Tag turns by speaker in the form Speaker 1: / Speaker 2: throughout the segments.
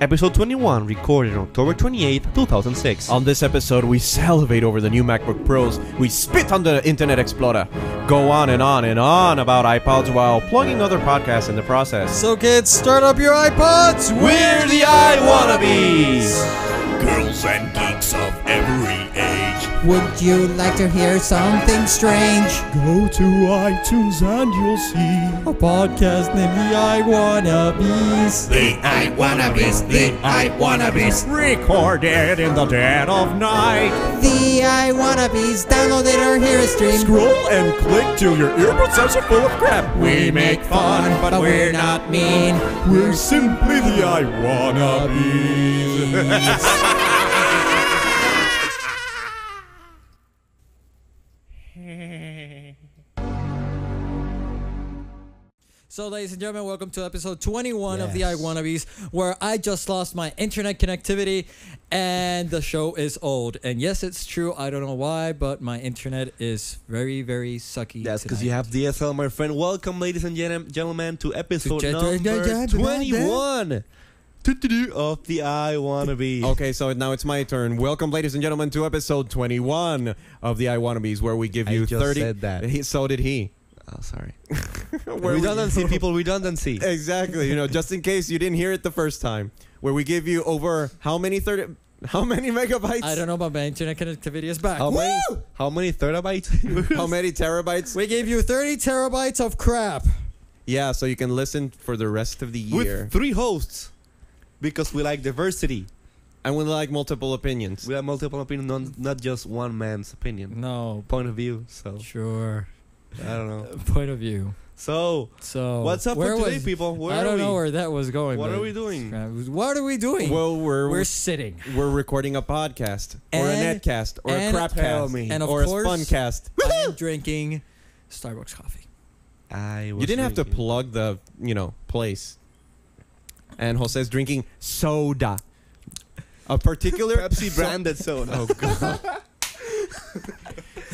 Speaker 1: episode 21, recorded on October 28, 2006.
Speaker 2: On this episode, we salivate over the new MacBook Pros, we spit on the Internet Explorer, go on and on and on about iPods while plugging other podcasts in the process.
Speaker 3: So kids, start up your iPods.
Speaker 1: We're the I Wannabes!
Speaker 4: Girls and geeks of every age.
Speaker 5: Would you like to hear something strange?
Speaker 3: Go to iTunes and you'll see a podcast named The I Wanna Bees.
Speaker 4: The I wannabes, the I wannabes.
Speaker 2: Recorded in the dead of night.
Speaker 5: The I Wanna Bees downloaded our hero stream.
Speaker 3: Scroll and click till your earbuds are full of crap.
Speaker 4: We make fun,
Speaker 5: but we're not mean.
Speaker 3: We're simply The I Wanna Bees.
Speaker 5: So, ladies and gentlemen, welcome to episode 21 of the I Wannabes, where I just lost my internet connectivity and the show is old. And yes, it's true. I don't know why, but my internet is very, very sucky.
Speaker 1: That's because
Speaker 5: tonight.
Speaker 1: you have DSL, my friend. Welcome, ladies and gen- gentlemen, to episode
Speaker 5: To gen-
Speaker 1: number
Speaker 5: gen- gen-
Speaker 1: 21 Doo-doo-doo of the I Wannabe.
Speaker 2: Okay, so now it's my turn. Welcome, ladies and gentlemen, to episode 21 of the I Wannabes, where we give
Speaker 1: I
Speaker 2: you
Speaker 1: just
Speaker 2: 30.
Speaker 1: said that.
Speaker 2: He- so did he.
Speaker 1: Oh, sorry.
Speaker 2: Where we-
Speaker 1: redundancy, people, redundancy.
Speaker 2: Exactly. You know, just in case you didn't hear it the first time, where we give you over how many thirty, how many megabytes?
Speaker 5: I don't know, but my internet connectivity is back.
Speaker 1: How many,
Speaker 5: Woo!
Speaker 1: how many terabytes?
Speaker 2: How many terabytes?
Speaker 5: We gave you 30 terabytes of crap.
Speaker 2: Yeah, so you can listen for the rest of the year.
Speaker 1: With three hosts. Because we like diversity.
Speaker 2: and we like multiple opinions.
Speaker 1: We have multiple opinions, not, not just one man's opinion.
Speaker 5: No,
Speaker 1: Point of view, so
Speaker 5: sure.
Speaker 1: I don't know.
Speaker 5: Point of view.
Speaker 1: So,
Speaker 5: So
Speaker 1: what's up
Speaker 5: Oh. where
Speaker 1: for today,
Speaker 5: was-
Speaker 1: people? Where
Speaker 5: I
Speaker 1: are
Speaker 5: don't
Speaker 1: we?
Speaker 5: know where that was going.
Speaker 1: What
Speaker 5: but-
Speaker 1: are we doing?
Speaker 5: Uh, What are we doing?
Speaker 2: Well, we're
Speaker 5: we're
Speaker 2: we're,
Speaker 5: sitting.
Speaker 2: recording a podcast or a
Speaker 5: And-
Speaker 2: netcast or a
Speaker 5: and-
Speaker 2: crapcast
Speaker 1: Tell me.
Speaker 5: and of
Speaker 2: or
Speaker 5: course-
Speaker 2: a spuncast.
Speaker 5: I'm drinking Starbucks coffee.
Speaker 1: I was
Speaker 2: You didn't have to
Speaker 1: thinking-
Speaker 2: plug the you know place. And Jose's drinking soda, a particular
Speaker 1: Pepsi branded soda.
Speaker 2: Oh god.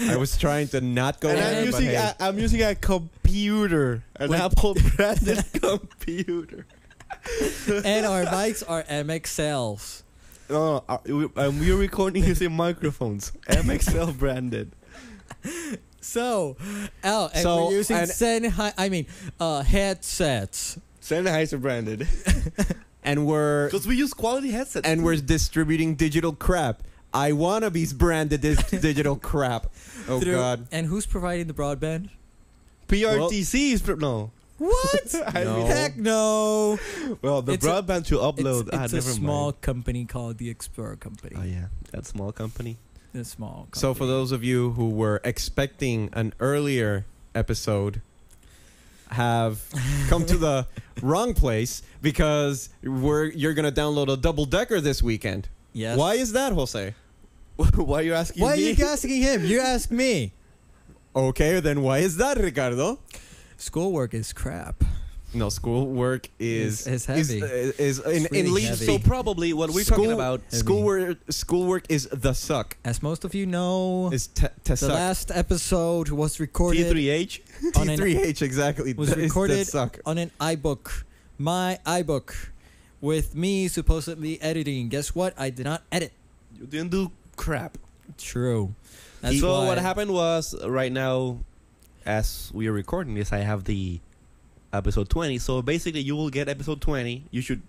Speaker 2: I was trying to not go
Speaker 1: and
Speaker 2: there,
Speaker 1: I'm
Speaker 2: but
Speaker 1: using
Speaker 2: hey.
Speaker 1: a, I'm using a computer, an
Speaker 5: Wait.
Speaker 1: Apple branded computer.
Speaker 5: and our mics are MXLs.
Speaker 1: No, no, uh, we- um, we're recording using microphones, MXL branded.
Speaker 5: So, oh, and
Speaker 2: So,
Speaker 5: we're using
Speaker 2: and-
Speaker 5: Sennheiser, I mean, uh, headsets.
Speaker 1: Sennheiser branded,
Speaker 2: and we're
Speaker 1: because we use quality headsets.
Speaker 2: and we're distributing digital crap. I wanna be branded this digital crap. Oh
Speaker 5: through-
Speaker 2: god.
Speaker 5: And who's providing the broadband?
Speaker 1: PRTC is pro- no.
Speaker 5: What?
Speaker 1: I
Speaker 2: No.
Speaker 1: mean,
Speaker 5: Heck no.
Speaker 1: well, Oh, the
Speaker 5: It's a-
Speaker 1: broadband to upload.
Speaker 5: It's,
Speaker 1: ah,
Speaker 5: it's a
Speaker 1: never
Speaker 5: small
Speaker 1: Mind.
Speaker 5: company called the Explorer Company.
Speaker 1: Oh yeah, that small company.
Speaker 5: The small company.
Speaker 2: So for those of you who were expecting an earlier episode have come to the wrong place because we're you're gonna download a double decker this weekend.
Speaker 5: Yes.
Speaker 2: Why is that, Jose?
Speaker 1: Why are you asking
Speaker 5: Why are
Speaker 1: me?
Speaker 5: you asking him? You ask me.
Speaker 2: Okay, then why is that, Ricardo?
Speaker 5: Schoolwork is crap.
Speaker 2: No, schoolwork is
Speaker 5: Is- is
Speaker 2: is, uh,
Speaker 5: heavy.
Speaker 2: is, in,
Speaker 5: It's really
Speaker 2: in leaves.
Speaker 5: heavy.
Speaker 2: So
Speaker 1: So probably what we're talking
Speaker 2: School-
Speaker 1: about.
Speaker 5: Heavy.
Speaker 2: schoolwork schoolwork is the suck.
Speaker 5: As most of you know,
Speaker 2: Is te- te
Speaker 5: the
Speaker 2: suck.
Speaker 5: last episode was recorded
Speaker 1: T3H.
Speaker 5: on an-
Speaker 2: T3H exactly.
Speaker 5: was
Speaker 2: That is the
Speaker 5: recorded
Speaker 2: suck.
Speaker 5: on an iBook, my iBook, with me supposedly editing. Guess what? I did not edit.
Speaker 1: You didn't do crap.
Speaker 5: True. That's
Speaker 1: so
Speaker 5: why-
Speaker 1: what happened was uh, right now, as we are recording this, I have the episode twenty. So basically, you will get episode twenty. You should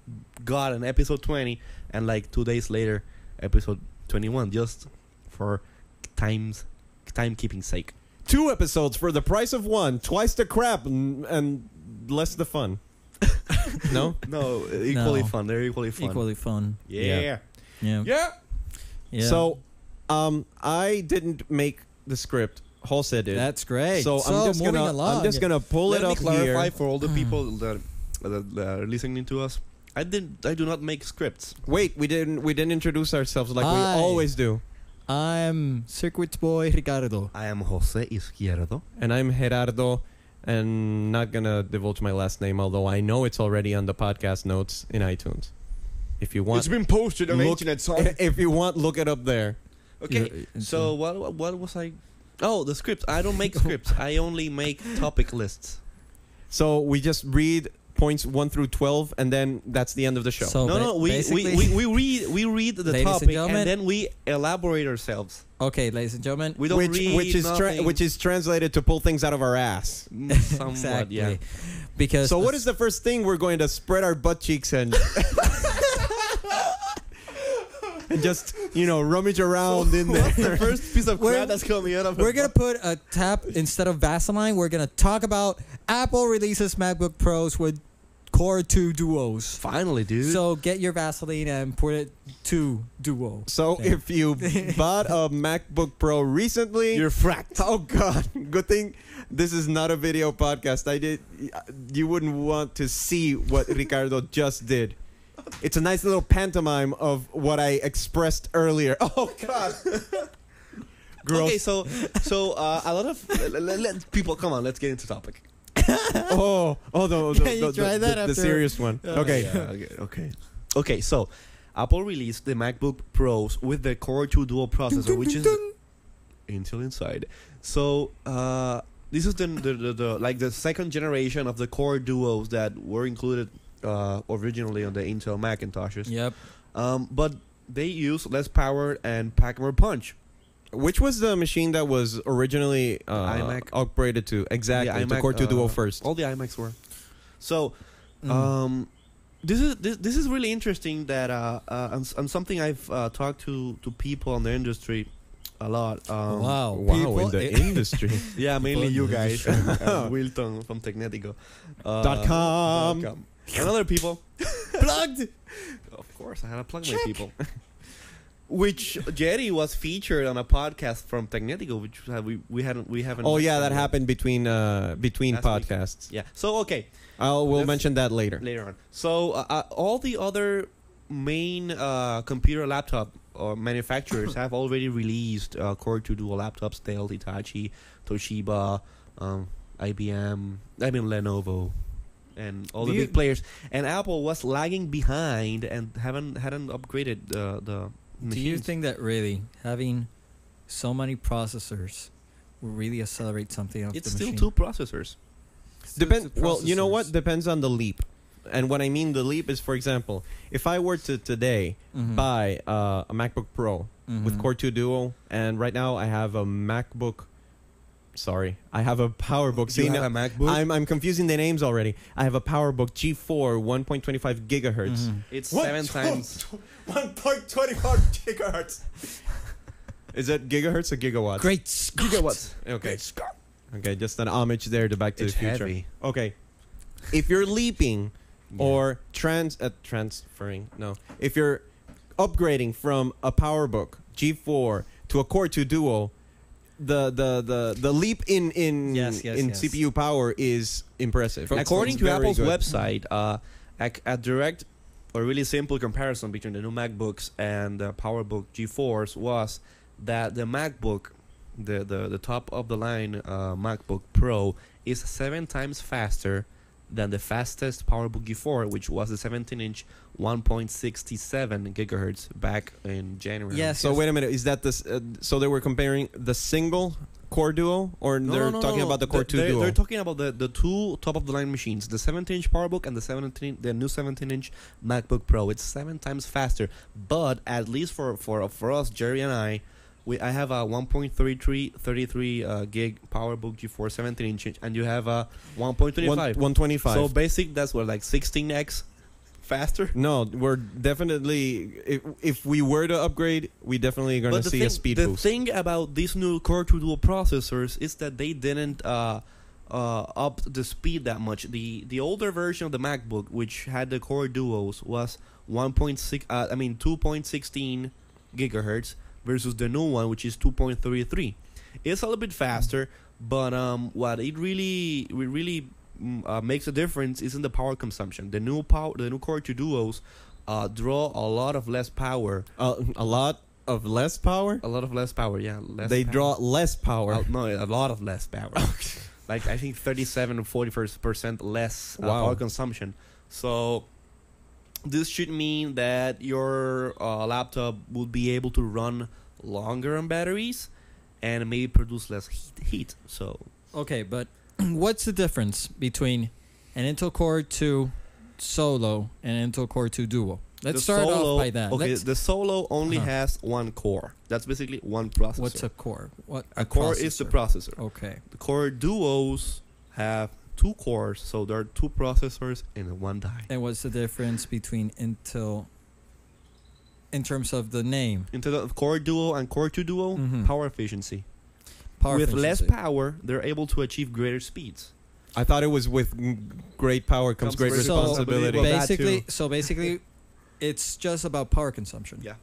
Speaker 1: got an episode twenty, and like two days later, episode twenty-one, just for times timekeeping sake.
Speaker 2: Two episodes for the price of one, twice the crap and, and less the fun. no?
Speaker 1: No, uh, equally fun. They're equally fun.
Speaker 5: Equally fun.
Speaker 1: Yeah.
Speaker 5: Yeah.
Speaker 2: Yeah.
Speaker 5: Yeah.
Speaker 2: So um I didn't make the script. Jose did.
Speaker 5: that's great.
Speaker 2: so, I'm just
Speaker 5: moving
Speaker 2: gonna
Speaker 5: along.
Speaker 2: I'm just gonna pull
Speaker 1: Let
Speaker 2: it
Speaker 1: me
Speaker 2: up
Speaker 1: clarify
Speaker 2: here.
Speaker 1: for all the people that, that that are listening to us. I didn't. I do not make scripts.
Speaker 2: Wait, we didn't we didn't introduce ourselves like
Speaker 5: Hi.
Speaker 2: we always do.
Speaker 5: I'm circuit boy Ricardo.
Speaker 1: I am Jose Izquierdo.
Speaker 2: and I'm Gerardo, and not gonna divulge my last name, although I know it's already on the podcast notes in iTunes. If you want,
Speaker 1: been posted
Speaker 2: on the internet,
Speaker 1: Son.
Speaker 2: if you want, look it up there.
Speaker 1: Okay.
Speaker 5: You're- it's
Speaker 1: So what what- what was I? Oh, the scripts. I don't make scripts. I only make topic lists.
Speaker 2: So we just read points one through twelve, and then that's the end of the show.
Speaker 5: So
Speaker 1: no,
Speaker 5: Oh, ba-
Speaker 1: no, we, we,
Speaker 5: basically-
Speaker 1: we, we read we read the
Speaker 5: Ladies and
Speaker 1: topic and,
Speaker 5: gentlemen.
Speaker 1: then we elaborate ourselves.
Speaker 5: okay, ladies and gentlemen.
Speaker 1: We don't
Speaker 2: which
Speaker 1: read
Speaker 2: which is tra-
Speaker 1: nothing.
Speaker 2: which is translated to pull things out of our ass.
Speaker 1: Mm, somewhat,
Speaker 5: exactly.
Speaker 1: yeah.
Speaker 5: Because
Speaker 2: So what is the first thing we're going to spread our butt cheeks and and just you know rummage around in
Speaker 1: the
Speaker 2: there?
Speaker 1: first piece of
Speaker 5: We're-
Speaker 1: crap that's coming out of
Speaker 5: We're gonna put a tap instead of Vaseline. We're gonna talk about Apple releases MacBook Pros with Core 2 Duos.
Speaker 1: finally, dude.
Speaker 5: So get your Vaseline and put it to Duo.
Speaker 2: So
Speaker 5: Yeah.
Speaker 2: if you bought a MacBook Pro recently,
Speaker 1: you're fracked.
Speaker 2: oh god, good thing this is not a video podcast. I did you wouldn't want to see what Ricardo just did. It's a nice little pantomime of what I expressed earlier. Oh god. Gross.
Speaker 1: Okay, so so uh, a lot of let, let, let- people come on. Let's get into topic.
Speaker 2: Oh, oh, the, the,
Speaker 5: Can you
Speaker 2: the-
Speaker 5: try
Speaker 2: the-
Speaker 5: that
Speaker 2: the
Speaker 5: after-
Speaker 2: serious one. okay.
Speaker 1: Yeah, okay, okay, okay. So Apple released the MacBook Pros with the Core 2 Dual processor, which is Intel Inside. So uh, this is the, the, the, the like the second generation of the Core Duos that were included uh, originally on the Intel Macintoshes.
Speaker 5: Yep.
Speaker 1: Um, but they use less power and pack more punch.
Speaker 2: Which was the machine that was originally uh,
Speaker 1: iMac?
Speaker 2: upgraded to? Exactly.
Speaker 1: The
Speaker 2: the
Speaker 1: iMac,
Speaker 2: Core 2 Duo
Speaker 1: uh,
Speaker 2: first.
Speaker 1: All the iMacs were. So
Speaker 5: Mm.
Speaker 1: Um, this is this, this is really interesting that uh, uh and, s- and something I've uh, talked to to people in the industry a lot. Um,
Speaker 5: wow.
Speaker 2: wow,
Speaker 5: people-
Speaker 2: in the industry.
Speaker 1: Yeah, mainly
Speaker 5: People
Speaker 1: you
Speaker 5: in the
Speaker 1: guys, uh, Wilton from Tecnetico. Uh,
Speaker 2: Dot com.
Speaker 1: dot com. and other people.
Speaker 5: Plugged.
Speaker 1: Of course, I had to plug my people. Which Jerry was featured on a podcast from Tecnetico, which had- we we hadn't we haven't.
Speaker 2: oh yeah, that happened between uh, between
Speaker 1: Last week.
Speaker 2: podcasts.
Speaker 1: Yeah. So okay,
Speaker 2: I'll we'll
Speaker 1: Let's-
Speaker 2: mention that later.
Speaker 1: later on. So uh, uh, all the other main uh, computer laptop or manufacturers have already released uh, Core 2 Dual laptops: Dell, Hitachi, Toshiba, um, IBM, I mean Lenovo, and all
Speaker 5: Do
Speaker 1: the
Speaker 5: you-
Speaker 1: big players. And Apple was lagging behind and haven't hadn't upgraded uh, the.
Speaker 5: Do you
Speaker 1: machines.
Speaker 5: think that really having so many processors will really accelerate something? Of
Speaker 1: it's
Speaker 5: the
Speaker 1: still
Speaker 5: machine?
Speaker 1: two processors?
Speaker 5: Still
Speaker 2: Depend.
Speaker 5: two
Speaker 2: Well, you know what?
Speaker 5: processors.
Speaker 2: Depends on the leap. And what I mean the leap is, for example, if I were to today
Speaker 1: Mm.
Speaker 5: Mhm.
Speaker 2: buy uh, a MacBook Pro
Speaker 1: Mm-hmm.
Speaker 2: with
Speaker 5: Mhm.
Speaker 2: Core 2 Duo, and right now I have a MacBook. Sorry, I have a PowerBook. See, now-
Speaker 1: a MacBook?
Speaker 2: I'm, I'm confusing the names already. I have a PowerBook G4 1.25 gigahertz.
Speaker 5: Mhm.
Speaker 1: it's
Speaker 2: What?
Speaker 1: seven times.
Speaker 2: 1.25 gigahertz.
Speaker 1: Mm-hmm.
Speaker 2: Is that gigahertz or gigawatts?
Speaker 5: Great Scott.
Speaker 1: Gigawatts.
Speaker 2: Okay. Okay, just an homage there to Back to
Speaker 1: It's
Speaker 2: the Future.
Speaker 1: heavy.
Speaker 2: Okay. If you're leaping or trans uh, transferring, no. If you're upgrading from a PowerBook G4 to a Core 2 Duo, the the the the leap in in
Speaker 5: Yes, yes,
Speaker 2: in
Speaker 5: yes.
Speaker 2: CPU power is impressive.
Speaker 1: According
Speaker 2: It's
Speaker 1: to
Speaker 2: very
Speaker 1: Apple's
Speaker 2: good.
Speaker 1: website, uh, a, a direct or really simple comparison between the new MacBooks and the PowerBook G4s was that the MacBook, the, the, the top of the line uh, MacBook Pro, is seven times faster than the fastest PowerBook G4, which was the 17 inch 1.67 gigahertz back in January.
Speaker 5: Yes.
Speaker 2: So wait a minute, is that this? Uh, so they were comparing the single Core Duo, or
Speaker 1: No,
Speaker 2: they're
Speaker 1: no, no,
Speaker 2: talking
Speaker 1: no, no.
Speaker 2: about the Core
Speaker 1: They-
Speaker 2: Two
Speaker 1: they're,
Speaker 2: Duo?
Speaker 1: They're talking about the, the two top of the line machines, the 17 inch PowerBook and the 17 the new 17 inch MacBook Pro. It's seven times faster, but at least for for for us, Jerry and I, we I have a 1.33 33 uh, gig PowerBook G4 17 inch, and you have a 1.25.
Speaker 2: One twenty-five.
Speaker 1: so basic, that's what like 16x faster.
Speaker 2: no, we're definitely if, if we were to upgrade, we definitely gonna
Speaker 1: But the
Speaker 2: see
Speaker 1: thing,
Speaker 2: a speed
Speaker 1: the
Speaker 2: boost.
Speaker 1: thing about these new Core 2 Dual processors is that they didn't uh, uh, up the speed that much. The the older version of the MacBook, which had the Core Duos, was 1.6. Uh, I mean 2.16 gigahertz versus the new one, which is 2.33. It's a little bit faster, but um, what it really it really mm, uh, makes a difference is in the power consumption. The new power, the new Core 2 Duos. Uh, draw a lot of less power
Speaker 2: Uh, a lot of less power.
Speaker 1: a lot of less power, yeah. Less
Speaker 2: they
Speaker 1: power.
Speaker 2: draw less power.
Speaker 1: Uh, no, a lot of less power. like I think thirty-seven or forty first percent less uh,
Speaker 2: Wow.
Speaker 1: power consumption. So this should mean that your uh, laptop would be able to run longer on batteries and maybe produce less heat. heat. So
Speaker 5: Okay, but what's the difference between and Intel Core 2 Solo and Intel Core 2 Duo.
Speaker 1: The
Speaker 5: Let's start
Speaker 1: Solo-
Speaker 5: off by that.
Speaker 1: Okay,
Speaker 5: Let's-
Speaker 1: the solo only
Speaker 5: Uh-huh.
Speaker 1: has one core. That's basically one processor.
Speaker 5: what's a core? What
Speaker 1: a core is the processor.
Speaker 5: Okay.
Speaker 1: The core duos have two cores, so there are two processors in one die.
Speaker 5: And what's the difference between Intel in terms of the name?
Speaker 1: Instead of core duo and core two duo,
Speaker 5: Mhm.
Speaker 1: power efficiency.
Speaker 5: Power
Speaker 1: With less
Speaker 5: efficiency.
Speaker 1: power, they're able to achieve greater speeds.
Speaker 2: I thought it was with mm, great power comes,
Speaker 1: Comes
Speaker 2: great
Speaker 1: great responsibility.
Speaker 2: responsibility.
Speaker 1: Well, that
Speaker 5: basically,
Speaker 1: too.
Speaker 5: so basically, it's just about power consumption.
Speaker 1: Yeah.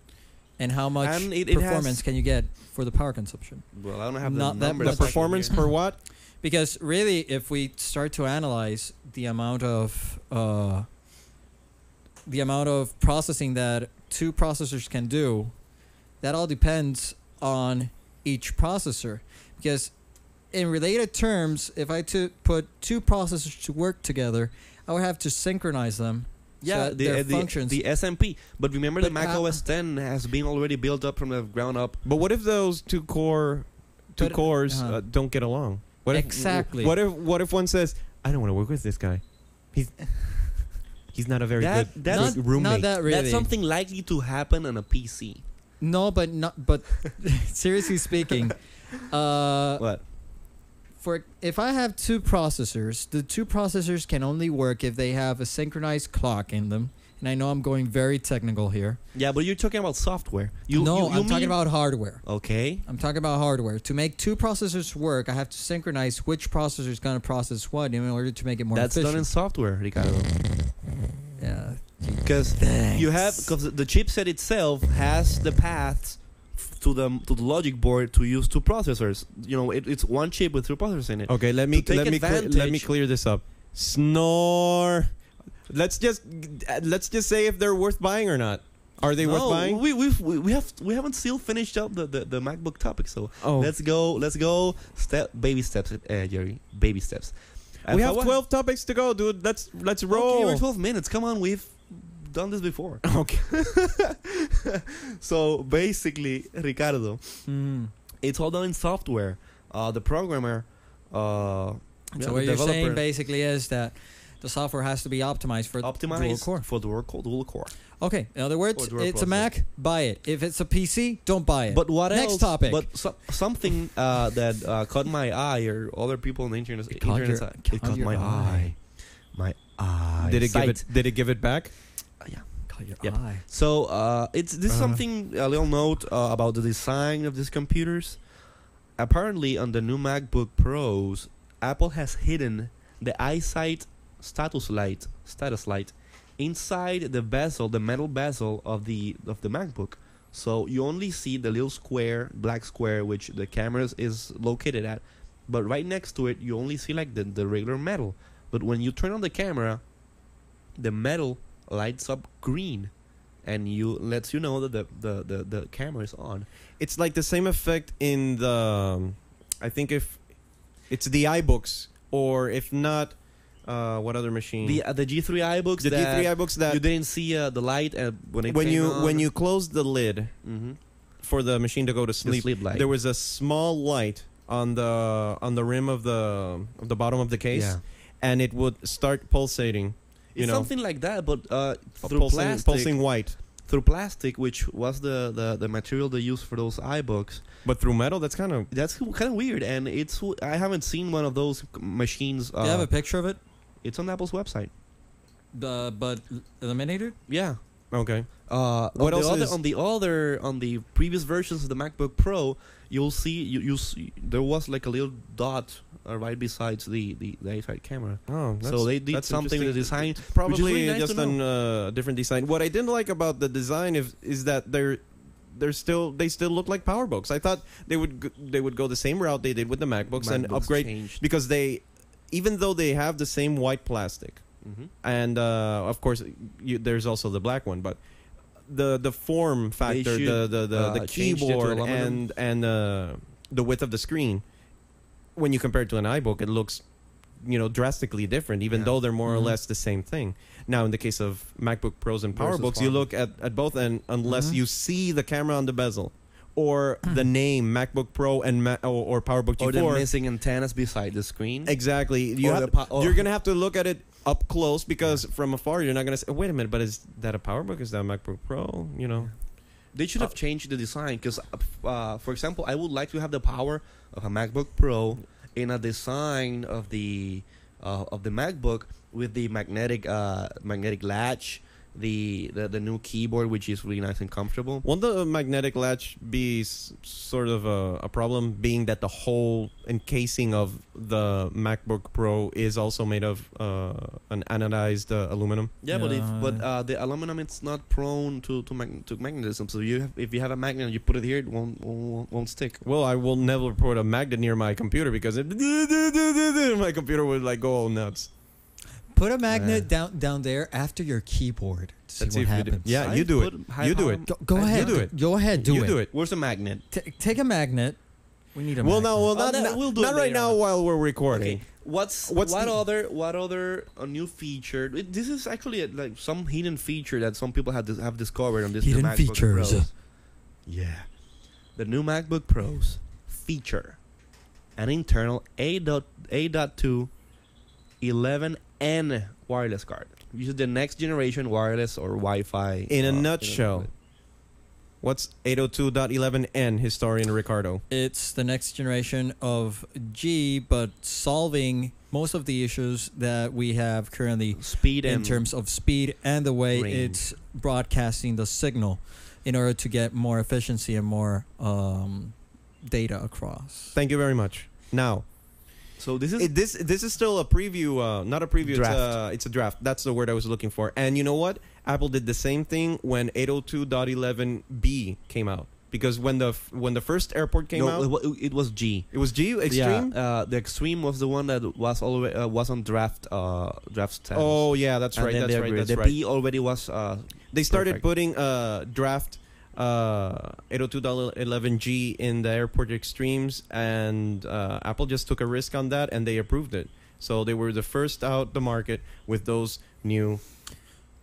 Speaker 5: And how much
Speaker 1: And it- it has-
Speaker 5: performance can you get for the power consumption?
Speaker 1: Well, I don't have
Speaker 5: Not
Speaker 1: the
Speaker 5: that
Speaker 1: numbers.
Speaker 2: the
Speaker 5: much.
Speaker 1: actually
Speaker 2: performance
Speaker 1: here.
Speaker 2: per watt.
Speaker 5: Because really, if we start to analyze the amount of uh, the amount of processing that two processors can do, that all depends on each processor. Because in related terms, if I to put two processors to work together, I would have to synchronize them. so
Speaker 1: Yeah,
Speaker 5: that
Speaker 1: the,
Speaker 5: their
Speaker 1: uh, the,
Speaker 5: functions.
Speaker 1: the SMP. But remember, the
Speaker 5: But
Speaker 1: Mac
Speaker 5: how-
Speaker 1: OS 10 has been already built up from the ground up.
Speaker 2: But what if those two core, two
Speaker 5: But,
Speaker 2: cores
Speaker 5: uh-huh.
Speaker 2: uh, don't get along? What if,
Speaker 5: Exactly.
Speaker 2: What if what if one says, "I don't want to work with this guy. He's he's not a very
Speaker 1: That-
Speaker 2: good,
Speaker 1: that's-
Speaker 2: good roommate."
Speaker 5: Not that really.
Speaker 1: That's something likely to happen on a PC.
Speaker 5: No, but not. But seriously speaking, uh,
Speaker 1: What?
Speaker 5: for if I have two processors, the two processors can only work if they have a synchronized clock in them. And I know I'm going very technical here.
Speaker 1: Yeah, but you're talking about software. You,
Speaker 5: no,
Speaker 1: you, you
Speaker 5: I'm
Speaker 1: mean-
Speaker 5: talking about hardware.
Speaker 1: Okay.
Speaker 5: I'm talking about hardware. To make two processors work, I have to synchronize which processor is going to process what in order to make it more
Speaker 1: That's done in
Speaker 5: efficient.
Speaker 1: software, Ricardo.
Speaker 5: yeah.
Speaker 1: Because you have because the chipset itself has the paths f- to the to the logic board to use two processors. You know, it, it's one chip with two processors in it.
Speaker 2: Okay, let me
Speaker 1: To take
Speaker 2: let me cle- let me
Speaker 1: advantage-
Speaker 2: clear this up. Snore. Let's just uh, let's just say if they're worth buying or not. Are they worth
Speaker 1: No,
Speaker 2: buying?
Speaker 1: We we've, we we have we haven't still finished up the, the, the MacBook topic, so
Speaker 2: Oh,
Speaker 1: let's go let's go step baby steps, uh, Jerry. Baby steps.
Speaker 2: we
Speaker 1: If I
Speaker 2: have
Speaker 1: wa-
Speaker 2: twelve topics to go, dude. Let's let's
Speaker 1: Okay,
Speaker 2: roll.
Speaker 1: we're twelve minutes. Come on, we've done this before.
Speaker 2: Okay.
Speaker 1: So basically, Ricardo,
Speaker 5: Mm.
Speaker 1: it's all done in software. Uh, the programmer. Uh, yeah,
Speaker 5: So
Speaker 1: the
Speaker 5: what you're saying
Speaker 1: developer-
Speaker 5: basically is that the software has to be optimized for dual
Speaker 1: optimized
Speaker 5: core.
Speaker 1: for dual core. Dual core.
Speaker 5: Okay. In other
Speaker 1: Or
Speaker 5: words,
Speaker 1: dual
Speaker 5: it's a
Speaker 1: processor.
Speaker 5: Mac, buy it. If it's a PC, don't buy it.
Speaker 1: But what
Speaker 5: Next
Speaker 1: else?
Speaker 5: topic.
Speaker 1: But so, something uh, that uh, caught my eye, or other people on the internet,
Speaker 5: It caught
Speaker 1: internet's
Speaker 5: your-
Speaker 1: eye-
Speaker 5: caught
Speaker 1: it caught
Speaker 5: your
Speaker 1: my
Speaker 5: eye.
Speaker 1: eye. my eye.
Speaker 2: Did it give
Speaker 1: sight.
Speaker 2: it? Did it give it back?
Speaker 5: Caught your
Speaker 1: Yep.
Speaker 5: eye.
Speaker 1: So uh, it's this is
Speaker 2: Uh-huh.
Speaker 1: something a little note uh, about the design of these computers. Apparently, on the new MacBook Pros, Apple has hidden the eyesight status light status light inside the bezel, the metal bezel of the of the MacBook. So you only see the little square, black square, which the camera is located at. But right next to it, you only see like the, the regular metal. But when you turn on the camera, the metal lights up green, and you lets you know that the the, the, the camera is on.
Speaker 2: It's like the same effect in the. um, I think if it's the iBooks or if not, uh, what other machine?
Speaker 1: The uh, the G three iBooks.
Speaker 2: the
Speaker 1: that
Speaker 2: D3 iBooks that
Speaker 1: you didn't see uh, the light uh, when it
Speaker 2: when
Speaker 1: came
Speaker 2: you
Speaker 1: on.
Speaker 2: when you close the lid
Speaker 1: Mhm.
Speaker 2: for the machine to go to
Speaker 1: The
Speaker 2: sleep,
Speaker 1: sleep light
Speaker 2: there was a small light on the on the rim of the of the bottom of the case,
Speaker 1: Yeah.
Speaker 2: and it would start pulsating. You
Speaker 1: It's
Speaker 2: know,
Speaker 1: something like that, but uh,
Speaker 2: uh,
Speaker 1: through
Speaker 2: pulsing,
Speaker 1: plastic,
Speaker 2: pulsing white,
Speaker 1: through plastic, which was the, the, the material they used for those iBooks.
Speaker 2: but through metal. That's kind of
Speaker 1: That's kind of weird, and it's I haven't seen one of those machines. Uh,
Speaker 5: Do you have a picture of it?
Speaker 1: it's on Apple's website.
Speaker 5: Uh, but eliminated?
Speaker 1: Yeah.
Speaker 2: okay.
Speaker 1: Uh,
Speaker 2: What
Speaker 1: on
Speaker 2: else
Speaker 1: the other,
Speaker 2: is-
Speaker 1: on the other on the previous versions of the MacBook Pro? You'll see you, you see, there was like a little dot uh, right besides the the, the inside camera.
Speaker 2: Oh, that's,
Speaker 1: so they did
Speaker 2: that's
Speaker 1: something with the
Speaker 2: interesting.
Speaker 1: design.
Speaker 2: Probably
Speaker 1: really nice
Speaker 2: just
Speaker 1: to
Speaker 2: on uh, different design. What I didn't like about the design is, is that they're they're still they still look like power books. I thought they would g- they would go the same route they did with the MacBooks, and upgrade because they even though they have the same white plastic
Speaker 1: hmm
Speaker 2: and uh, of course you, there's also the black one, but the the form factor,
Speaker 1: should,
Speaker 2: the the the, the
Speaker 1: uh, change it to
Speaker 2: keyboard
Speaker 1: aluminum.
Speaker 2: and and uh, the width of the screen. When you compare it to an iBook, it looks you know drastically different, even
Speaker 1: Yeah. Mm-hmm.
Speaker 2: though they're more
Speaker 5: Mhm.
Speaker 2: or less the same thing. Now, in the case of MacBook Pros and
Speaker 1: Versus Mm-hmm.
Speaker 2: PowerBooks, you
Speaker 1: Huawei.
Speaker 2: look at, at both, and unless
Speaker 5: Mhm.
Speaker 2: you see the camera on the bezel, or the name MacBook Pro and Ma- or, or PowerBook
Speaker 1: Or the
Speaker 2: G4.
Speaker 1: missing antennas beside the screen.
Speaker 2: Exactly. You
Speaker 1: Or
Speaker 2: have, oh.
Speaker 1: the pa- or-
Speaker 2: You're gonna have to look at it up close because from afar you're not gonna say, "Wait a minute, but is that a PowerBook? Is that a MacBook Pro?" You know.
Speaker 1: They
Speaker 2: uh,
Speaker 1: should have changed the design because, uh, for example, I would like to have the power of a MacBook Pro in a design of the uh, of the MacBook with the magnetic uh, magnetic latch, the, the the new keyboard which is really nice and comfortable.
Speaker 2: Won't the magnetic latch be s- sort of a, a problem, being that the whole encasing of the MacBook Pro is also made of uh, an anodized uh, aluminum?
Speaker 1: Yeah, but if
Speaker 5: Yeah.
Speaker 1: but uh, the aluminum it's not prone to to, mag- to magnetism. So you have, if you have a magnet and you put it here, it won't won't, won't stick.
Speaker 2: Well, I will never put a magnet near my computer because it, my computer would like go all nuts.
Speaker 5: Put a magnet down down there after your keyboard. To see
Speaker 2: Let's
Speaker 5: what
Speaker 2: see if you do-
Speaker 5: happens.
Speaker 2: yeah, you do it.
Speaker 1: high
Speaker 2: You do it.
Speaker 1: power-
Speaker 5: Go, go
Speaker 2: You
Speaker 5: ahead.
Speaker 2: do it.
Speaker 5: Go ahead. Do
Speaker 2: you
Speaker 5: it.
Speaker 2: do it.
Speaker 1: Where's the magnet?
Speaker 5: Ta- take a magnet. We need a.
Speaker 2: Well,
Speaker 5: magnet.
Speaker 2: no, well,
Speaker 1: Oh,
Speaker 2: not,
Speaker 1: no,
Speaker 2: not,
Speaker 1: we'll do
Speaker 2: not
Speaker 1: it
Speaker 2: right
Speaker 1: later
Speaker 2: now
Speaker 1: on.
Speaker 2: while we're
Speaker 1: Okay.
Speaker 2: recording.
Speaker 1: What's,
Speaker 2: What's
Speaker 1: what
Speaker 2: the-
Speaker 1: other what other a new feature? it- This is actually a, like some hidden feature that some people have dis- have discovered on this new
Speaker 5: Hidden
Speaker 1: MacBook
Speaker 5: features.
Speaker 1: Pros. Yeah, the new MacBook Pros feature an internal A dot A dot two 11N wireless card. This is the next generation wireless or Wi-Fi.
Speaker 2: In a
Speaker 1: uh,
Speaker 2: nutshell, what's 802.11n, historian Ricardo?
Speaker 5: It's the next generation of G, but solving most of the issues that we have currently
Speaker 1: speed
Speaker 5: in
Speaker 1: and
Speaker 5: terms of speed and the way
Speaker 1: range.
Speaker 5: it's broadcasting the signal in order to get more efficiency and more um, data across.
Speaker 2: Thank you very much. Now,
Speaker 1: So this is
Speaker 2: it, this this is still a preview, uh, not a preview. It's
Speaker 1: Draft.
Speaker 2: a, it's a draft. That's the word I was looking for. And you know what? Apple did the same thing when 802.11b came out because when the f- when the first airport came
Speaker 1: no,
Speaker 2: out,
Speaker 1: it wa- it was G.
Speaker 2: it was G Extreme.
Speaker 1: Yeah, uh, the extreme was the one that was already uh, was on draft uh, draft status.
Speaker 2: Oh yeah, that's
Speaker 1: And
Speaker 2: right.
Speaker 1: then
Speaker 2: That's
Speaker 1: they
Speaker 2: right.
Speaker 1: upgraded.
Speaker 2: That's
Speaker 1: the
Speaker 2: right.
Speaker 1: B already was uh,
Speaker 2: They started
Speaker 1: Perfect.
Speaker 2: putting uh, draft uh, 802.11g in the airport extremes, and uh, Apple just took a risk on that, and they approved it. So they were the first out the market with those new.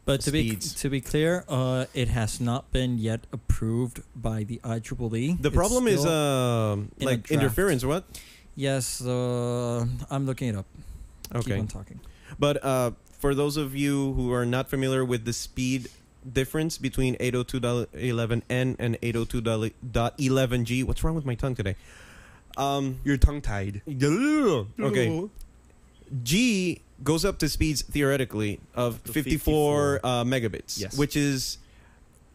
Speaker 5: But to
Speaker 2: Speeds.
Speaker 5: be to be clear, uh, it has not been yet approved by the IEEE.
Speaker 2: The
Speaker 5: It's
Speaker 2: problem is
Speaker 5: still-
Speaker 2: um
Speaker 5: in a
Speaker 2: like
Speaker 5: draft.
Speaker 2: interference. What?
Speaker 5: yes, uh, I'm looking it up. Keep
Speaker 2: Okay,
Speaker 5: on talking.
Speaker 2: but uh, for those of you who are not familiar with the speed difference between 802.11n and 802.11g, what's wrong with my tongue today? Um,
Speaker 1: your tongue tied.
Speaker 2: Okay. G goes up to speeds theoretically of
Speaker 1: Up to
Speaker 2: 54, uh, megabits,
Speaker 1: Yes.
Speaker 2: which is,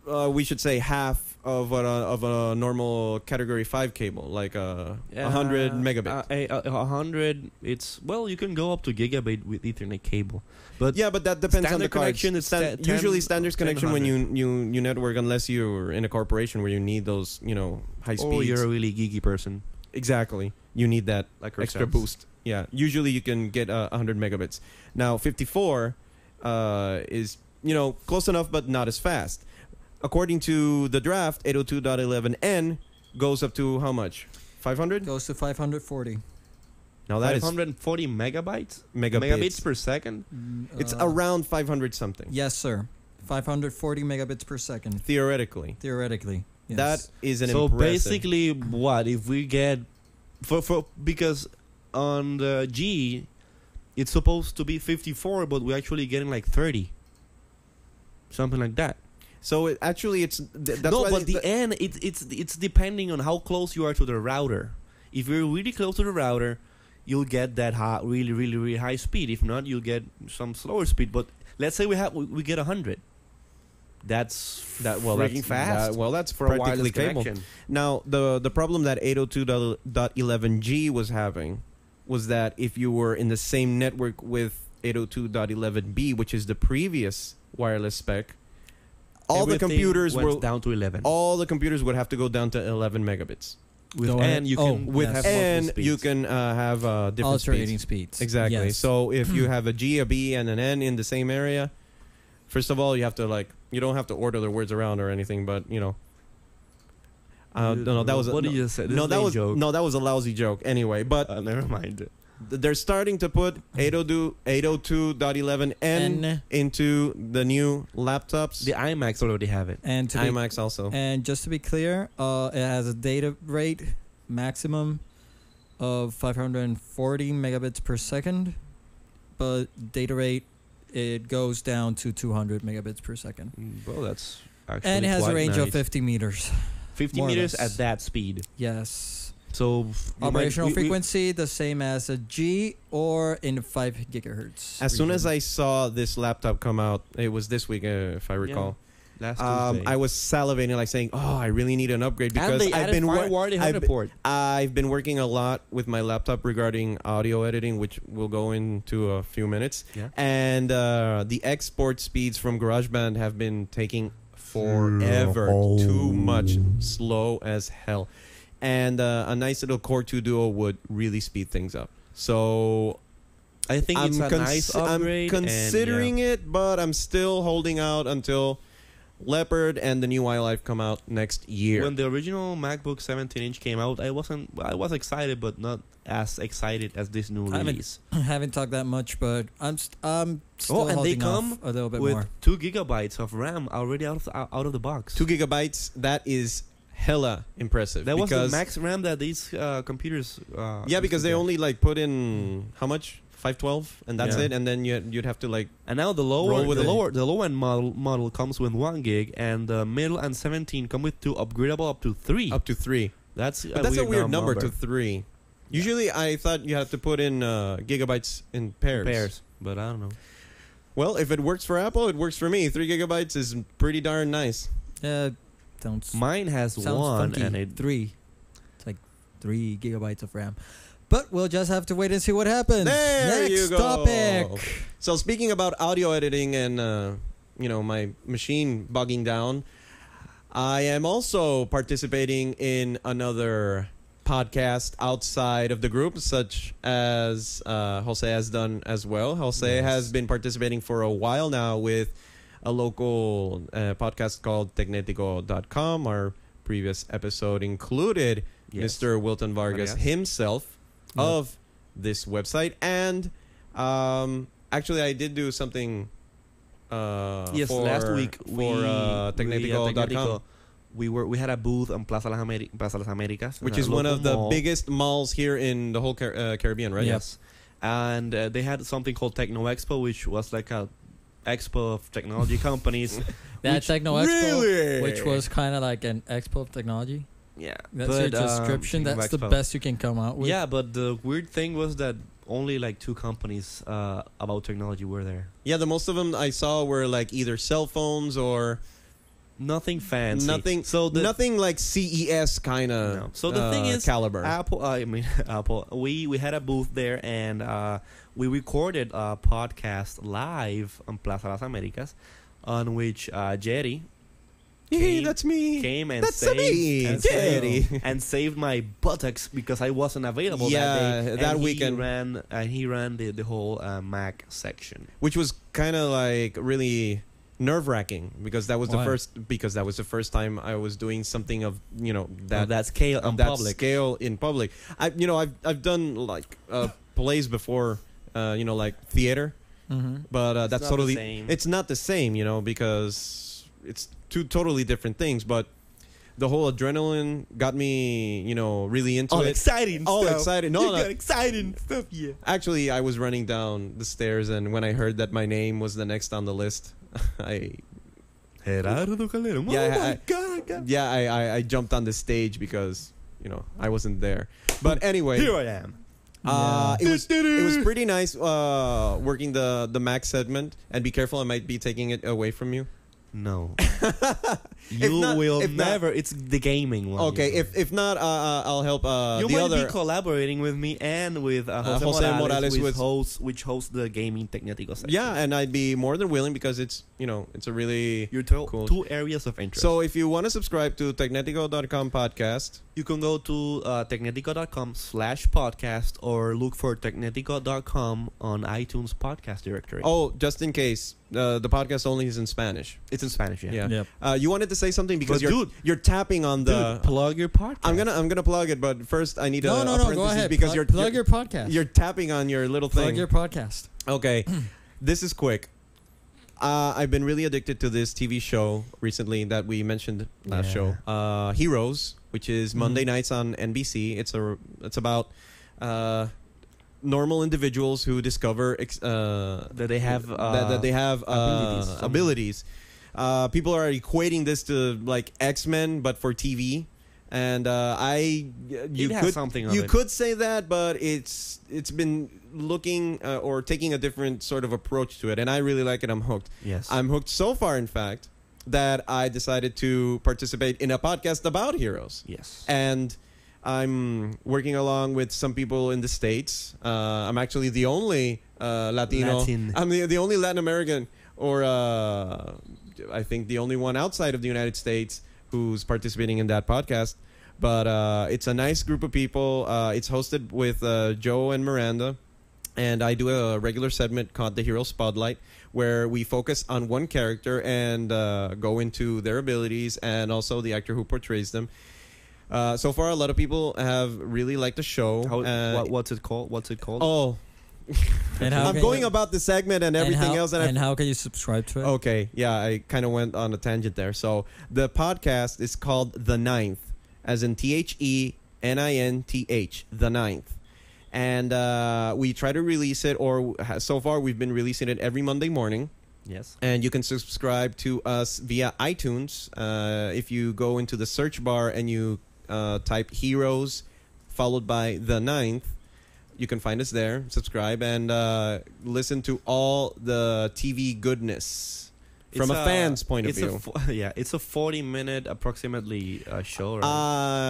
Speaker 2: uh, we should say, half of a, of a normal Category 5 cable, like uh, 100 megabits.
Speaker 1: Uh, a, a- a hundred. It's well, you can go up to gigabit with Ethernet cable. But
Speaker 2: yeah, but that depends on
Speaker 1: standard
Speaker 2: the cards.
Speaker 1: connection is
Speaker 2: Stan-
Speaker 1: te- 10
Speaker 2: usually, standards
Speaker 1: 10,
Speaker 2: connection when you, you you network, unless you're in a corporation where you need those, you know, high
Speaker 1: or
Speaker 2: speeds.
Speaker 1: Oh, you're a really geeky person,
Speaker 2: exactly, you need that
Speaker 1: like
Speaker 2: extra
Speaker 1: ourselves.
Speaker 2: boost. Yeah, usually you can get uh, 100 megabits. Now 54 uh, is you know close enough, but not as fast. According to the draft, 802.11n goes up to how much? 500.
Speaker 5: Goes to 540.
Speaker 2: Now that is
Speaker 1: 540 megabytes,
Speaker 2: megabits.
Speaker 1: megabits per second.
Speaker 2: It's
Speaker 5: Uh,
Speaker 2: around 500 something
Speaker 5: Yes, sir. 540 megabits per second,
Speaker 2: theoretically.
Speaker 5: theoretically. Yes.
Speaker 2: That is an
Speaker 1: so
Speaker 2: impressive-
Speaker 1: basically, what if we get for for because on the G, it's supposed to be fifty four, but we're actually getting like thirty, something like that.
Speaker 2: So it, actually, it's th- that's
Speaker 1: no,
Speaker 2: why
Speaker 1: but
Speaker 2: they-
Speaker 1: the N it's it's it's depending on how close you are to the router. If you're really close to the router, you'll get that high, really really really high speed. If not, you'll get some slower speed. But let's say we have we, we get hundred. That's
Speaker 2: that well
Speaker 1: freaking
Speaker 2: that's
Speaker 1: fast
Speaker 2: that- well that's
Speaker 1: for
Speaker 2: for
Speaker 1: a
Speaker 2: a
Speaker 1: wireless
Speaker 2: wireless cable.
Speaker 1: connection.
Speaker 2: Now, the the problem that 802.11g was having was that if you were in the same network with 802.11b, which is the previous wireless spec, all the
Speaker 1: Everything
Speaker 2: computers
Speaker 1: went
Speaker 2: were
Speaker 1: down to eleven.
Speaker 2: all the computers would have to go down to 11 megabits.
Speaker 1: with
Speaker 5: Go ahead.
Speaker 1: and you
Speaker 5: Oh,
Speaker 1: can with
Speaker 5: yes.
Speaker 1: have multiple
Speaker 2: And you
Speaker 1: speeds.
Speaker 2: can uh, have uh, different
Speaker 5: alternating
Speaker 2: speeds.
Speaker 5: speeds.
Speaker 2: Exactly.
Speaker 5: Yes.
Speaker 2: So if you have a G, a B, and an N in the same area, first of all, you have to like you don't have to order the words around or anything, but you know. Uh, no, no, that was a,
Speaker 1: what
Speaker 2: no,
Speaker 1: did you say? This
Speaker 2: no,
Speaker 1: is
Speaker 2: that
Speaker 1: a
Speaker 2: was
Speaker 1: joke.
Speaker 2: no, that was a lousy joke. Anyway, but
Speaker 1: Uh, never mind.
Speaker 2: th- they're starting to put 802 802.11n
Speaker 5: N.
Speaker 2: into the new laptops.
Speaker 1: The IMAX already have it.
Speaker 5: And to be
Speaker 2: IMAX also.
Speaker 5: And just to be clear, uh, it has a data rate maximum of 540 megabits per second, but data rate it goes down to 200 megabits per second,
Speaker 1: Well, that's actually
Speaker 5: and it has a
Speaker 1: quite
Speaker 5: range of
Speaker 1: nice.
Speaker 5: 50 meters.
Speaker 1: 50
Speaker 5: more or
Speaker 1: meters
Speaker 5: less.
Speaker 1: at that speed.
Speaker 5: Yes,
Speaker 1: So f- you might-
Speaker 5: operational
Speaker 1: we- we-
Speaker 5: frequency the same as a G or in five gigahertz.
Speaker 2: As soon as I saw this laptop come out, it was this week, uh, if I recall.
Speaker 1: last
Speaker 2: Um,
Speaker 1: Tuesday.
Speaker 2: I was salivating, like saying, "Oh, I really need an upgrade because
Speaker 1: and they
Speaker 2: I've
Speaker 1: added
Speaker 2: been wor-
Speaker 1: fire warning
Speaker 2: I've-
Speaker 1: report.
Speaker 2: I've been working a lot with my laptop regarding audio editing, which we'll go into a few minutes.
Speaker 1: Yeah.
Speaker 2: And uh, the export speeds from GarageBand have been taking forever, too much, slow as hell. And uh, a nice little Core 2 Duo would really speed things up. So
Speaker 1: I think
Speaker 2: I'm,
Speaker 1: it's a
Speaker 2: cons-
Speaker 1: nice
Speaker 2: I'm
Speaker 1: upgrade. and, yeah.
Speaker 2: considering it, but I'm still holding out until Leopard and the new iLife come out next year.
Speaker 1: When the original MacBook 17 inch came out, I wasn't. I was excited, but not as excited as this new
Speaker 5: I haven't
Speaker 1: release.
Speaker 5: I haven't talked that much, but I'm st- I'm still
Speaker 1: Oh, and they
Speaker 5: holding
Speaker 1: come
Speaker 5: off a little bit
Speaker 1: With
Speaker 5: more.
Speaker 1: two gigabytes of RAM already out of the, out of the box.
Speaker 2: Two gigabytes, that is hella impressive.
Speaker 1: that was the
Speaker 2: because-
Speaker 1: max RAM that these uh, computers. Uh,
Speaker 2: Yeah, because they
Speaker 1: used to get.
Speaker 2: only like put in how much? 512 and that's
Speaker 1: Yeah.
Speaker 2: it and then you you'd have to like
Speaker 1: And now the lower
Speaker 2: Roll with
Speaker 1: the
Speaker 2: it.
Speaker 1: lower the low end model model comes with one gig, and the middle and 17 come with two upgradable up to three.
Speaker 2: up to 3.
Speaker 1: that's a
Speaker 2: But that's
Speaker 1: weird
Speaker 2: a weird
Speaker 1: num-
Speaker 2: number, to 3. Usually I thought you had to put in uh, gigabytes in pairs.
Speaker 1: pairs, but I don't know.
Speaker 2: Well, if it works for Apple, it works for me. 3 gigabytes is pretty darn nice.
Speaker 5: Uh, sounds
Speaker 1: Mine has
Speaker 5: Sounds
Speaker 1: one,
Speaker 5: funky.
Speaker 1: and it
Speaker 5: three. It's like three gigabytes of RAM. But we'll just have to wait and see what happens.
Speaker 2: There
Speaker 5: Next
Speaker 2: you go.
Speaker 5: topic.
Speaker 2: So speaking about audio editing and uh, you know my machine bugging down, I am also participating in another podcast outside of the group, such as uh, Jose has done as well. Jose
Speaker 1: Yes.
Speaker 2: has been participating for a while now with a local uh, podcast called Tecnetico.com. Our previous episode included
Speaker 1: Yes. Oh,
Speaker 2: Mr. Wilton Vargas
Speaker 1: Vargas.
Speaker 2: himself
Speaker 5: Yeah.
Speaker 2: of this website. And um, actually, I did do something. Uh,
Speaker 1: yes,
Speaker 2: for-
Speaker 1: last week
Speaker 2: for
Speaker 1: we
Speaker 2: uh,
Speaker 1: we, at
Speaker 2: Tecnetico.com,
Speaker 1: Tecnetico, we were we had a booth on Plaza Las, Ameri- Plaza Las Americas,
Speaker 2: which
Speaker 1: in a
Speaker 2: is one
Speaker 1: uh, local
Speaker 2: of the
Speaker 1: mall.
Speaker 2: biggest malls here in the whole Car- uh, Caribbean, right?
Speaker 1: Yes, and uh, they had something called Techno Expo, which was like a expo of technology companies.
Speaker 5: That
Speaker 1: Which-
Speaker 5: Techno Expo,
Speaker 2: Really?
Speaker 5: which was kind of like an expo of technology.
Speaker 1: Yeah,
Speaker 5: That's
Speaker 1: but,
Speaker 5: your
Speaker 1: um,
Speaker 5: description.
Speaker 1: Techno
Speaker 5: That's the
Speaker 1: Expo.
Speaker 5: best you can come out with.
Speaker 1: Yeah, but the weird thing was that only like two companies uh, about technology were there.
Speaker 2: Yeah, the most of them I saw were like either cell phones or
Speaker 1: Nothing fancy.
Speaker 2: nothing.
Speaker 1: So the
Speaker 2: nothing like E CES kind of.
Speaker 1: No. So the thing is,
Speaker 2: uh,
Speaker 1: uh,
Speaker 2: caliber.
Speaker 1: Apple. I mean, Apple. We we had a booth there, and uh, we recorded a podcast live on Plaza Las Americas, on which uh, Jerry
Speaker 2: Hey,
Speaker 1: came-
Speaker 2: that's me.
Speaker 1: came and
Speaker 2: That's
Speaker 1: saved
Speaker 2: me,
Speaker 1: and
Speaker 2: Jerry.
Speaker 1: saved, and saved my buttocks because I wasn't available
Speaker 2: Yeah,
Speaker 1: that day.
Speaker 2: that
Speaker 1: and
Speaker 2: weekend.
Speaker 1: he ran and he ran the the whole uh, Mac section.
Speaker 2: which was kind of like really nerve wracking because that was the
Speaker 5: Why?
Speaker 2: first because that was the first time I was doing something of you know that
Speaker 1: Of that scale
Speaker 2: of
Speaker 1: on
Speaker 2: that
Speaker 1: public.
Speaker 2: scale in public. I you know I've I've done like uh, plays before, uh, you know like theater,
Speaker 5: Mhm.
Speaker 2: but uh, that's
Speaker 1: not the
Speaker 2: totally
Speaker 1: same.
Speaker 2: it's not the same you know because it's two totally different things. But the whole adrenaline got me you know really into
Speaker 1: all
Speaker 2: it.
Speaker 1: exciting.
Speaker 2: all
Speaker 1: stuff.
Speaker 2: excited. No,
Speaker 1: you
Speaker 2: no.
Speaker 1: got exciting stuff. Yeah.
Speaker 2: Actually, I was running down the stairs, and when I heard that my name was the next on the list, I
Speaker 1: Gerardo Calero.
Speaker 2: Yeah,
Speaker 1: oh
Speaker 2: I-
Speaker 1: my
Speaker 2: I-
Speaker 1: God, God.
Speaker 2: yeah I, I, I jumped on the stage because you know I wasn't there. But anyway,
Speaker 1: Here I am.
Speaker 2: uh,
Speaker 5: Yeah.
Speaker 2: it was it was pretty nice uh, working the the Mac segment. And be careful, I might be taking it away from you.
Speaker 1: No. you
Speaker 2: not-
Speaker 1: will
Speaker 2: if not-
Speaker 1: never. it's the gaming one.
Speaker 2: Okay,
Speaker 1: you
Speaker 2: if if not, uh, uh, I'll help uh,
Speaker 1: you
Speaker 2: the
Speaker 1: might
Speaker 2: other.
Speaker 1: be collaborating with me and with uh, Jose,
Speaker 2: Jose
Speaker 1: Morales,
Speaker 2: Morales
Speaker 1: which
Speaker 2: with-
Speaker 1: hosts which hosts the gaming Tecnetico section.
Speaker 2: yeah, and I'd be more than willing because it's you know it's a really
Speaker 1: your to-
Speaker 2: Cool.
Speaker 1: two areas of interest.
Speaker 2: so if you want to subscribe to Technetico.com podcast,
Speaker 1: you can go to uh, technetico.com slash podcast or look for technetico.com on iTunes podcast directory.
Speaker 2: Oh, just in case, uh, the podcast only is in Spanish.
Speaker 1: it's in Spanish. Yeah.
Speaker 2: Yeah.
Speaker 5: Yep.
Speaker 2: Uh, you wanted to say something because
Speaker 1: But
Speaker 2: you're
Speaker 1: dude-
Speaker 2: you're tapping on the.
Speaker 1: Dude, plug your podcast.
Speaker 2: I'm gonna I'm gonna plug it, but first I need
Speaker 5: No,
Speaker 2: a,
Speaker 5: no,
Speaker 2: a
Speaker 5: no. Go
Speaker 2: parenthesis
Speaker 5: ahead.
Speaker 2: because
Speaker 5: plug,
Speaker 2: you're
Speaker 5: plug
Speaker 2: you're,
Speaker 5: your podcast.
Speaker 2: you're tapping on your little
Speaker 5: plug
Speaker 2: thing.
Speaker 5: your podcast.
Speaker 2: Okay, this is quick. Uh, I've been really addicted to this TV show recently that we mentioned last
Speaker 1: Yeah. Mm-hmm.
Speaker 2: show, uh, Heroes, which is Monday
Speaker 5: Mhm.
Speaker 2: nights on NBC. It's a it's about uh, normal individuals who discover ex- uh,
Speaker 1: That they have,
Speaker 2: that,
Speaker 1: uh,
Speaker 2: that they have uh,
Speaker 1: abilities.
Speaker 2: abilities. Uh, people are equating this to like X Men, but for TV. And uh, I,
Speaker 1: It
Speaker 2: you
Speaker 1: has
Speaker 2: could
Speaker 1: something of
Speaker 2: you
Speaker 1: it.
Speaker 2: could say that, but it's it's been looking uh, or taking a different sort of approach to it, and I really like it. I'm hooked.
Speaker 1: Yes.
Speaker 2: I'm hooked so far, in fact, that I decided to participate in a podcast about heroes
Speaker 1: yes.
Speaker 2: and I'm working along with some people in the states. Uh, I'm actually the only uh, Latino.
Speaker 1: Latin.
Speaker 2: I'm the, the only Latin American, or uh, I think the only one outside of the United States who's participating in that podcast. But uh, it's a nice group of people. Uh, it's hosted with uh, Joe and Miranda. And I do a regular segment called The Hero Spotlight, where we focus on one character and uh, go into their abilities and also the actor who portrays them. Uh, so far, a lot of people have really liked the show.
Speaker 1: How,
Speaker 2: Uh,
Speaker 1: what, what's it called? What's it called?
Speaker 2: oh,
Speaker 5: And how
Speaker 2: I'm
Speaker 5: can
Speaker 2: going
Speaker 5: you,
Speaker 2: about the segment and everything
Speaker 5: and how,
Speaker 2: else, Oh, and,
Speaker 5: and
Speaker 2: I.
Speaker 5: how can you subscribe to it?
Speaker 2: Okay, yeah, I kind of went on a tangent there. So the podcast is called The Ninth, as in T H E N I N T H, The Ninth. And uh, we try to release it, or so far we've been releasing it every Monday morning.
Speaker 1: yes.
Speaker 2: And you can subscribe to us via iTunes. Uh, if you go into the search bar and you uh, type heroes followed by the ninth, you can find us there. Subscribe and uh, listen to all the TV goodness
Speaker 1: It's
Speaker 2: from
Speaker 1: uh,
Speaker 2: a, fan's point of
Speaker 1: it's
Speaker 2: view.
Speaker 1: A fo- yeah, it's a 40 minute approximately uh, show. Right?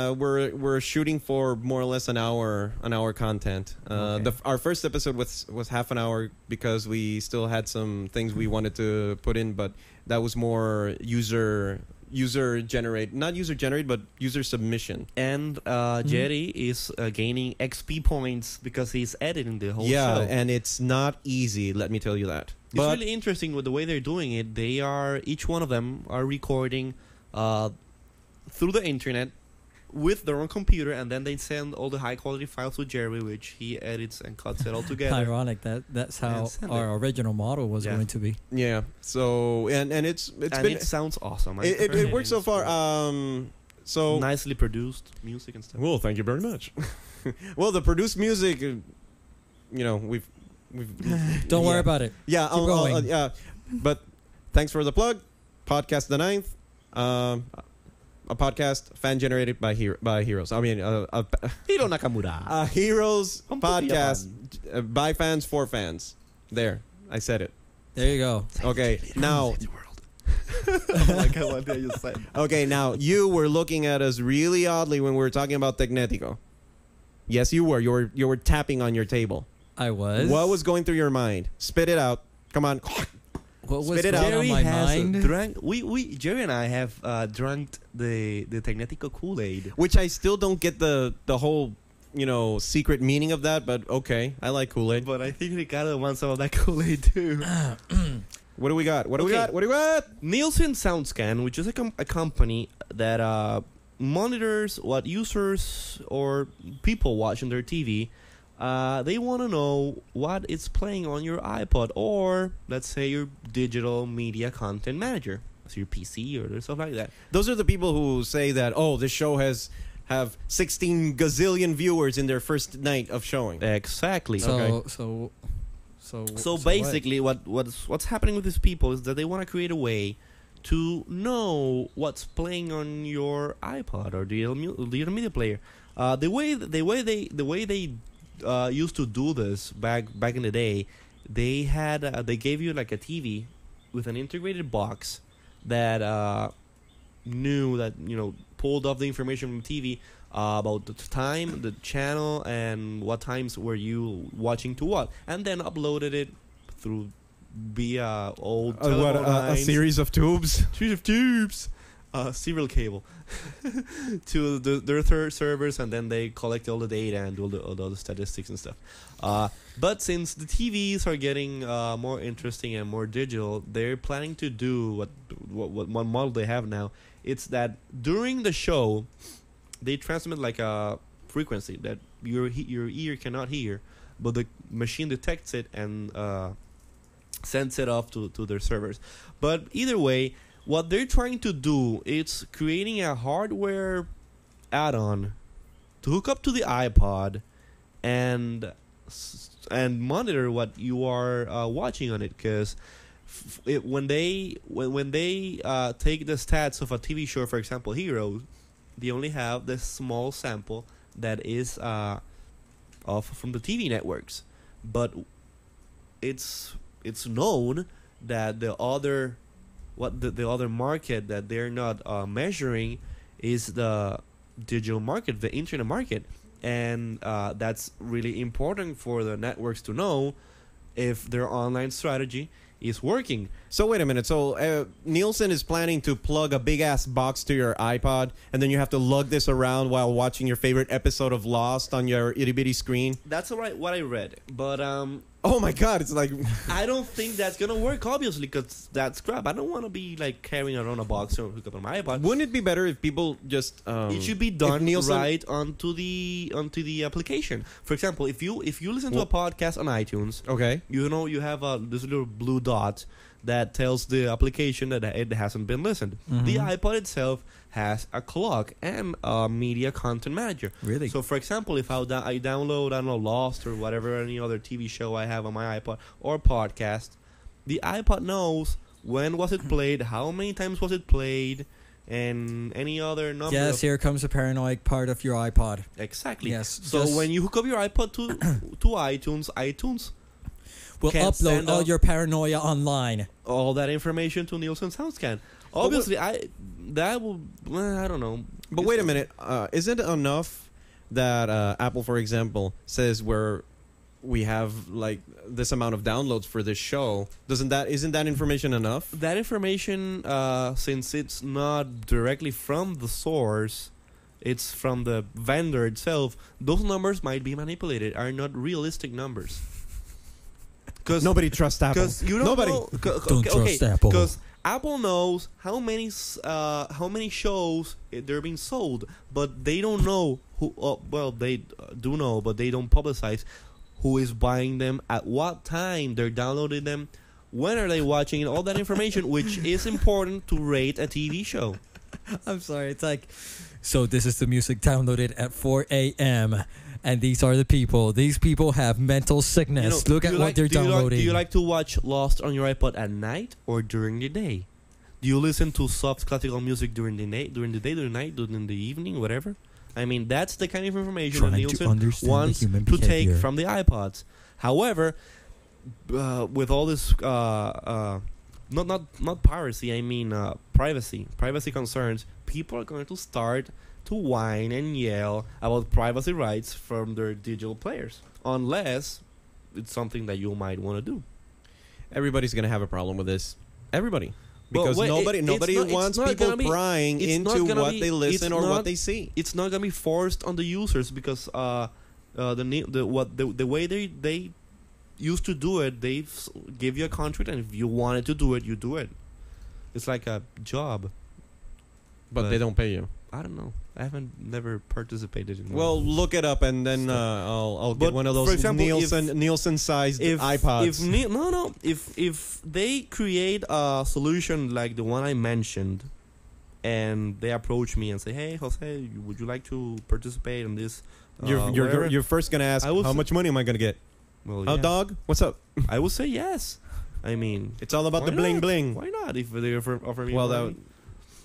Speaker 2: Uh, we're we're shooting for more or less an hour an hour content. Uh,
Speaker 1: Okay.
Speaker 2: the, our first episode was was half an hour because we still had some things we wanted to put in, but that was more user user generate not user generate but user submission.
Speaker 1: and uh,
Speaker 2: Mm-hmm.
Speaker 1: Jerry is uh, gaining XP points because he's editing the whole
Speaker 2: yeah,
Speaker 1: show.
Speaker 2: and it's not easy. Let me tell you that.
Speaker 1: it's really interesting with the way they're doing it. They are each one of them are recording uh, through the internet with their own computer, and then they send all the high quality files to Jerry, which he edits and cuts it all together.
Speaker 5: Ironic that that's
Speaker 1: And
Speaker 5: how
Speaker 1: send
Speaker 5: our original model was
Speaker 1: Yeah.
Speaker 5: going to be.
Speaker 2: yeah. So and and it's it's
Speaker 1: and
Speaker 2: been
Speaker 1: it sounds awesome.
Speaker 2: it, it, it works so far. Um, so
Speaker 1: nicely produced music and stuff.
Speaker 2: Well, thank you very much. well, the produced music, uh, you know, we've we've
Speaker 5: Don't
Speaker 2: yeah.
Speaker 5: worry about it.
Speaker 2: Yeah,
Speaker 5: Keep
Speaker 2: I'll- I'll-
Speaker 5: going.
Speaker 2: yeah. But thanks for the plug. Podcast the ninth, um, a podcast fan generated by hero, by heroes. I mean, uh, a,
Speaker 1: Hiro Nakamura.
Speaker 2: a heroes
Speaker 1: Come to
Speaker 2: podcast uh, by fans for fans. There, I said it.
Speaker 5: There you go.
Speaker 2: Okay, now
Speaker 1: oh my god, what did I just say?
Speaker 2: Okay, now you were looking at us really oddly when we were talking about Tecnetico. Yes, you were. You were you were tapping on your table.
Speaker 5: I was.
Speaker 2: What was going through your mind? Spit it out. Come on.
Speaker 5: what was
Speaker 2: spit it
Speaker 5: going
Speaker 2: out.
Speaker 5: on
Speaker 1: Jerry
Speaker 5: my
Speaker 1: has
Speaker 5: mind?
Speaker 1: drank. We, we Jerry and I have uh, drank the the Tecnetico Kool Aid.
Speaker 2: Which I still don't get the the whole you know secret meaning of that, but okay, I like Kool Aid.
Speaker 1: But I think Ricardo wants some of that Kool Aid too.
Speaker 2: What do we got? What do we
Speaker 1: Okay.
Speaker 2: got? What do we got?
Speaker 1: Nielsen SoundScan, which is a, com- a company that uh, monitors what users or people watch on their TV, uh, they want to know what is playing on your iPod or, let's say, your digital media content manager, so your PC or stuff like that.
Speaker 2: Those are the people who say that oh, this show has have sixteen gazillion viewers in their first night of showing.
Speaker 1: Exactly.
Speaker 5: So
Speaker 2: Okay.
Speaker 5: so so
Speaker 1: so
Speaker 5: what?
Speaker 1: basically what? what's what's happening with these people is that they want to create a way to know what's playing on your iPod or the digital media player. Uh, the way the way they the way they uh, used to do this back back in the day, they had uh, they gave you like a TV with an integrated box that uh, knew that you know pulled off the information from TV uh, about the time, the channel, and what times were you watching to what, and then uploaded it through via old
Speaker 2: Uh, what,
Speaker 1: telephone
Speaker 2: uh, a
Speaker 1: lines,
Speaker 2: series of tubes.
Speaker 1: series of tubes, uh, serial cable to the, their third servers, and then they collect all the data and do all the, all the other statistics and stuff. Uh, but since the TVs are getting uh, more interesting and more digital, they're planning to do what, what what one model they have now. It's that during the show, they transmit like a frequency that your he- your ear cannot hear, but the machine detects it and uh, sends it off to, to their servers. But either way, what they're trying to do is creating a hardware add-on to hook up to the iPod and s- and monitor what you are uh, watching on it because f- it, when they when, when they uh, take the stats of a TV show for example Heroes they only have this small sample that is uh, off from the TV networks but it's it's known that the other what the, the other market that they're not uh, measuring is the digital market the internet market and uh, that's really important for the networks to know if their online strategy is working
Speaker 2: So wait a minute. So uh, Nielsen is planning to plug a big ass box to your iPod, and then you have to lug this around while watching your favorite episode of Lost on your itty bitty screen.
Speaker 1: that's all right what i read but um
Speaker 2: Oh my god! It's like
Speaker 1: i don't think that's gonna work obviously because that's crap i don't want to be like carrying around a box or hook up on my ipod
Speaker 2: Wouldn't it be better if people just um,
Speaker 1: it should be
Speaker 2: if
Speaker 1: done
Speaker 2: Nielsen-
Speaker 1: right onto the onto the application. For example, if you if you listen to a podcast on iTunes,
Speaker 2: Okay.
Speaker 1: you know you have a this little blue dot that tells the application that it hasn't been listened. The
Speaker 5: Mm-hmm.
Speaker 1: iPod itself has a clock and a media content manager.
Speaker 5: Really?
Speaker 1: So, for example, if I, da- I download I don't know Lost or whatever any other TV show I have on my iPod or podcast, the iPod knows when was it played, how many times was it played, and any other number.
Speaker 5: yes,
Speaker 1: of-
Speaker 5: here comes the paranoid part of your iPod.
Speaker 1: exactly.
Speaker 5: Yes,
Speaker 1: So
Speaker 5: just-
Speaker 1: when you hook up your iPod to to iTunes, iTunes
Speaker 5: We'll
Speaker 1: Can't
Speaker 5: upload
Speaker 1: stand
Speaker 5: all
Speaker 1: up.
Speaker 5: your paranoia online.
Speaker 1: all that information to Nielsen SoundScan. Obviously, I that will well, I don't know.
Speaker 2: But wait a minute. Uh, isn't it enough that uh, Apple, for example, says we're we have like this amount of downloads for this show? Doesn't that isn't that information enough?
Speaker 1: That information, uh, since it's not directly from the source, it's from the vendor itself. Those numbers might be manipulated. Are not realistic numbers. Because
Speaker 2: Nobody trusts Apple.
Speaker 1: Because you don't
Speaker 2: Nobody.
Speaker 1: know. Don't
Speaker 5: Don't trust Apple.
Speaker 1: Because Apple knows how many s- uh, how many shows eh, they're being sold, but they don't know who. Uh, well, they uh, do know, but they don't publicize who is buying them, at what time they're downloading them, when are they watching it, all that information, which is important to rate a TV show.
Speaker 5: I'm sorry. It's like, so this is the music downloaded at 4 a.m. And these are the people. These people have mental
Speaker 1: You
Speaker 5: sickness.
Speaker 1: know,
Speaker 5: Look
Speaker 1: do
Speaker 5: at
Speaker 1: you
Speaker 5: what
Speaker 1: like-
Speaker 5: they're
Speaker 1: do you like-
Speaker 5: downloading.
Speaker 1: do you like to watch Lost on your iPod at night or during the day? Do you listen to soft classical music during the night, during the day, during the night, during the evening, whatever? I mean, that's the kind of information that
Speaker 5: Trying to
Speaker 1: Nielsen
Speaker 5: understand the
Speaker 1: wants
Speaker 5: human
Speaker 1: to take
Speaker 5: behavior.
Speaker 1: from the iPods. However, uh, with all this, uh, uh, not not not piracy, I mean uh, privacy, privacy concerns, people are going to start to whine and yell about privacy rights from their digital players, unless it's something that you might want to do.
Speaker 2: Everybody's gonna have a problem with this. Everybody.
Speaker 1: Well,
Speaker 2: Because
Speaker 1: wait,
Speaker 2: nobody
Speaker 1: it- it's
Speaker 2: nobody
Speaker 1: not- it's
Speaker 2: wants
Speaker 1: not
Speaker 2: people
Speaker 1: gonna be-
Speaker 2: prying
Speaker 1: it's not
Speaker 2: into
Speaker 1: gonna
Speaker 2: what
Speaker 1: be-
Speaker 2: they listen
Speaker 1: it's
Speaker 2: or
Speaker 1: not-
Speaker 2: what they see.
Speaker 1: It's not gonna be forced on the users because uh, uh, the ne- the what the, the way they they used to do it, they s- give you a contract, and if you wanted to do it, you do it. It's like a job.
Speaker 2: But,
Speaker 1: but-
Speaker 2: they don't pay you.
Speaker 1: I don't know. I haven't never participated in. one.
Speaker 2: Well, look it up and then uh, I'll, I'll get
Speaker 1: But
Speaker 2: one of
Speaker 1: for
Speaker 2: those
Speaker 1: example, if-
Speaker 2: Nielsen Nielsen sized
Speaker 1: if
Speaker 2: iPods.
Speaker 1: if ne- no no if if they create a solution like the one I mentioned, and they approach me and say, "Hey, Jose, would you like to participate in this?" uh,
Speaker 2: you're, you're- you're,
Speaker 1: whatever?"
Speaker 2: you're first gonna ask
Speaker 1: I will
Speaker 2: how
Speaker 1: s-
Speaker 2: much money am I gonna get?
Speaker 1: Well,
Speaker 2: How
Speaker 1: yeah.
Speaker 2: dog? What's up?
Speaker 1: I will say yes. I mean,
Speaker 2: It's all about
Speaker 1: Why
Speaker 2: the bling
Speaker 1: not?
Speaker 2: bling.
Speaker 1: why not? If they offer, offer me
Speaker 2: Well, that
Speaker 1: money?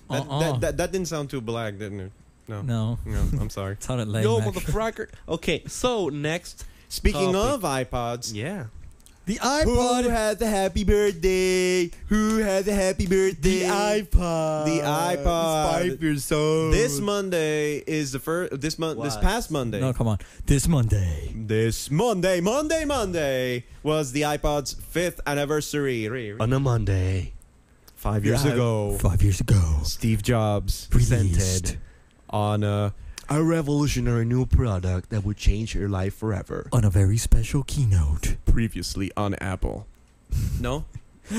Speaker 2: That,
Speaker 5: Uh-uh.
Speaker 2: that, that, that didn't sound too black, didn't it? No. No,
Speaker 5: no,
Speaker 2: I'm sorry.
Speaker 5: it's not a lame.
Speaker 1: yo,
Speaker 5: actually.
Speaker 1: motherfucker. Okay, so next,
Speaker 2: Speaking
Speaker 1: Topic.
Speaker 2: of iPods,
Speaker 1: yeah,
Speaker 5: the
Speaker 2: who
Speaker 5: iPod.
Speaker 2: has a happy birthday? Who has a happy birthday?
Speaker 1: iPod,
Speaker 2: The iPod.
Speaker 1: five years old.
Speaker 2: This Monday is the first. This month, this
Speaker 1: What?
Speaker 2: past Monday.
Speaker 5: No, come on. This Monday.
Speaker 2: This Monday, Monday, Monday was the iPod's fifth anniversary. Re- re-
Speaker 1: on a Monday.
Speaker 2: five years
Speaker 1: Yeah.
Speaker 2: ago,
Speaker 5: Five years ago.
Speaker 2: Steve Jobs
Speaker 1: Presented.
Speaker 2: on a
Speaker 1: A revolutionary new product that would change your life forever.
Speaker 5: On a very special keynote.
Speaker 2: previously on Apple. No.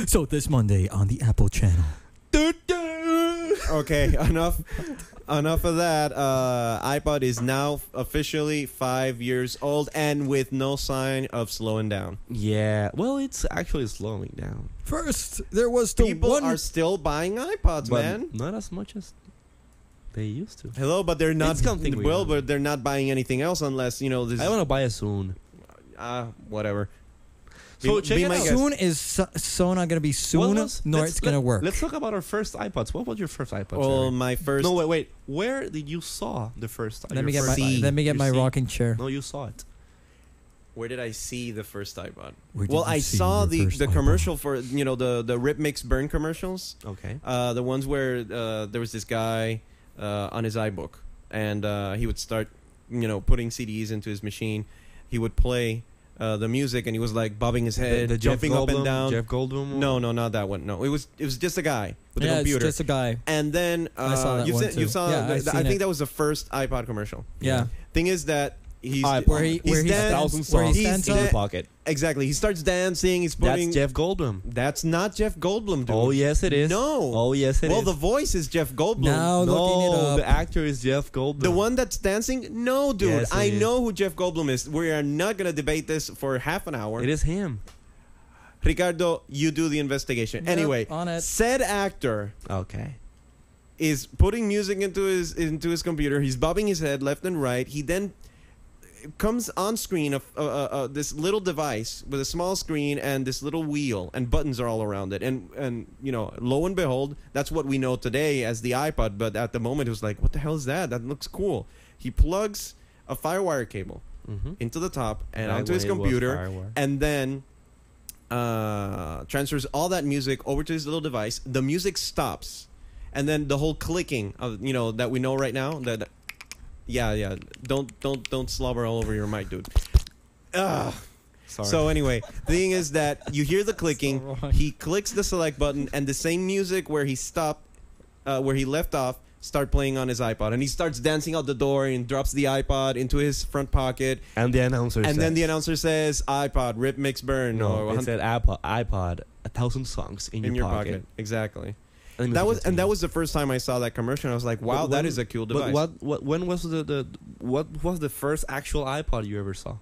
Speaker 5: So this Monday on the Apple channel.
Speaker 2: okay, enough, enough of that. Uh, iPod is now officially five years old and with no sign of slowing down.
Speaker 1: Yeah, well, it's actually slowing down.
Speaker 5: First, there was the
Speaker 2: People
Speaker 5: one
Speaker 2: are still buying iPods,
Speaker 1: but
Speaker 2: man.
Speaker 1: not as much as they used to.
Speaker 2: Hello, but they're not.
Speaker 1: It's something we
Speaker 2: well,
Speaker 1: know.
Speaker 2: but they're not buying anything else unless you know this.
Speaker 1: I want to buy a soon.
Speaker 2: uh, whatever.
Speaker 1: So check it
Speaker 2: my
Speaker 1: out.
Speaker 2: guest.
Speaker 5: soon is so, so not gonna be
Speaker 1: What
Speaker 5: soon,
Speaker 1: was-
Speaker 5: nor
Speaker 1: let's-
Speaker 5: it's gonna
Speaker 1: let-
Speaker 5: work.
Speaker 1: Let's talk about our first iPods. What was your first iPod?
Speaker 2: Well,
Speaker 1: Jerry?
Speaker 2: Oh, my first.
Speaker 1: no, wait, wait. Where did you saw the first?
Speaker 5: Let
Speaker 1: your
Speaker 5: me get my
Speaker 1: first iPod?
Speaker 5: let me get
Speaker 1: You
Speaker 5: my
Speaker 1: see?
Speaker 5: rocking chair.
Speaker 1: No, you saw it.
Speaker 2: Where did I see the first iPod?
Speaker 5: Where did
Speaker 2: Well,
Speaker 5: you
Speaker 2: I
Speaker 5: see
Speaker 2: saw
Speaker 5: your
Speaker 2: the
Speaker 5: first
Speaker 2: the
Speaker 5: iPod?
Speaker 2: commercial for you know the the rip mix burn commercials.
Speaker 1: Okay.
Speaker 2: Uh, the ones where uh, there was this guy uh, on his iBook, and uh, he would start, you know, putting CDs into his machine. He would play uh, the music, and he was like bobbing his head, jumping up and down.
Speaker 1: Jeff Goldblum. one?
Speaker 2: no, no, not that one. No, it was it was just a guy with
Speaker 5: yeah,
Speaker 2: a computer.
Speaker 5: it's just a guy.
Speaker 2: and then uh,
Speaker 5: I saw that
Speaker 2: you,
Speaker 5: one
Speaker 2: said- you
Speaker 5: too.
Speaker 2: saw.
Speaker 5: Yeah,
Speaker 2: the-
Speaker 5: I've
Speaker 2: the- I
Speaker 5: seen
Speaker 2: think
Speaker 5: it.
Speaker 2: that was the first iPod commercial.
Speaker 5: Yeah.
Speaker 2: Thing is that he's
Speaker 1: iPod.
Speaker 5: Where he-
Speaker 2: he's
Speaker 5: where he
Speaker 2: dan-
Speaker 5: stands-
Speaker 1: Thousand
Speaker 5: where he
Speaker 1: songs
Speaker 5: stands
Speaker 1: in
Speaker 2: up.
Speaker 1: your pocket.
Speaker 2: exactly. He starts dancing. He's
Speaker 1: That's
Speaker 2: putting.
Speaker 1: Jeff Goldblum.
Speaker 2: That's not Jeff Goldblum, dude.
Speaker 1: Oh yes, it is.
Speaker 2: No.
Speaker 1: Oh yes, it is.
Speaker 2: well, the voice is Jeff Goldblum.
Speaker 5: Now looking it
Speaker 1: no,
Speaker 5: up.
Speaker 1: the actor is Jeff Goldblum.
Speaker 2: The one that's dancing? No, dude.
Speaker 1: Yes, it
Speaker 2: I
Speaker 1: is.
Speaker 2: know who Jeff Goldblum is. We are not going to debate this for half an hour.
Speaker 1: It is him.
Speaker 2: Ricardo, you do the investigation.
Speaker 5: Yep,
Speaker 2: anyway,
Speaker 5: on it.
Speaker 2: said actor
Speaker 1: Okay.
Speaker 2: is putting music into his into his computer. He's bobbing his head left and right. He then comes on screen of uh, uh, uh, this little device with a small screen and this little wheel and buttons are all around it. And and you know, lo and behold, that's what we know today as the iPod. But at the moment, it was like, what the hell is that? That looks cool. He plugs a FireWire cable
Speaker 1: Mm-hmm.
Speaker 2: into the top and
Speaker 1: That
Speaker 2: onto his
Speaker 1: way it was
Speaker 2: computer
Speaker 1: firewire.
Speaker 2: and then uh, transfers all that music over to his little device the music stops and then the whole clicking of you know that we know right now that yeah yeah don't don't don't slobber all over your mic dude Ugh.
Speaker 1: Sorry.
Speaker 2: so anyway thing is that you hear the clicking
Speaker 5: wrong.
Speaker 2: he clicks the select button and the same music where he stopped uh, where he left off start playing on his ipod and he starts dancing out the door and drops the ipod into his front pocket
Speaker 1: and the announcer.
Speaker 2: and then
Speaker 1: said-
Speaker 2: the announcer says iPod, rip, mix, burn.
Speaker 1: no,
Speaker 2: or
Speaker 1: it
Speaker 2: hun-
Speaker 1: said iPod. iPod. A thousand songs in,
Speaker 2: in your pocket.
Speaker 1: pocket.
Speaker 2: Exactly.
Speaker 1: And
Speaker 2: That
Speaker 1: it
Speaker 2: was and
Speaker 1: continued.
Speaker 2: that was the first time I saw that commercial. I was like, wow,
Speaker 1: But
Speaker 2: that
Speaker 1: when-
Speaker 2: is a cool
Speaker 1: But
Speaker 2: device.
Speaker 1: what, what? When was the, the what was the first actual iPod you ever saw?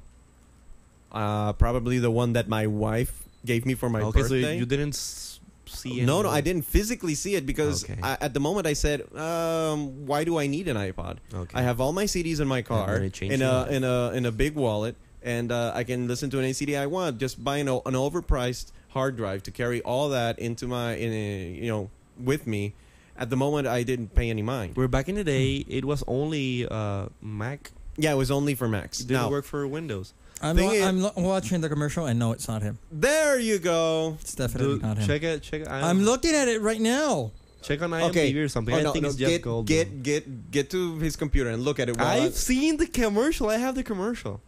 Speaker 2: Uh, probably the one that my wife gave me for my
Speaker 1: okay,
Speaker 2: birthday.
Speaker 1: so you- you didn't s- see.
Speaker 2: no, no,
Speaker 1: anyone.
Speaker 2: I didn't physically see it because
Speaker 1: Okay.
Speaker 2: I, at the moment I said, um, why do I need an iPod?
Speaker 1: Okay.
Speaker 2: I have all my CDs in my car
Speaker 1: then it changed
Speaker 2: in
Speaker 1: your
Speaker 2: a
Speaker 1: life.
Speaker 2: in a in a big wallet, and uh, I can listen to any CD I want. Just buying an, o- an overpriced hard drive to carry all that into my in a, you know with me. At the moment, I didn't pay any mind.
Speaker 1: Where back in the day, it was only uh, Mac.
Speaker 2: Yeah, it was only for Macs.
Speaker 1: It didn't
Speaker 2: Now
Speaker 1: work for Windows.
Speaker 5: I'm,
Speaker 2: Thing
Speaker 5: wa-
Speaker 2: is-
Speaker 5: I'm lo- watching the commercial and no, it's not him.
Speaker 2: there you go.
Speaker 5: It's definitely
Speaker 1: Dude,
Speaker 5: not him.
Speaker 1: check it. Check.
Speaker 5: I'm looking at it right now.
Speaker 1: Check on IMDb
Speaker 2: Okay.
Speaker 1: or something.
Speaker 2: Oh,
Speaker 1: I
Speaker 2: no,
Speaker 1: think
Speaker 2: no,
Speaker 1: it's Jeff
Speaker 2: get,
Speaker 1: Goldblum.
Speaker 2: get get get to his computer and look at it. While
Speaker 1: I've seen the commercial. I have the commercial.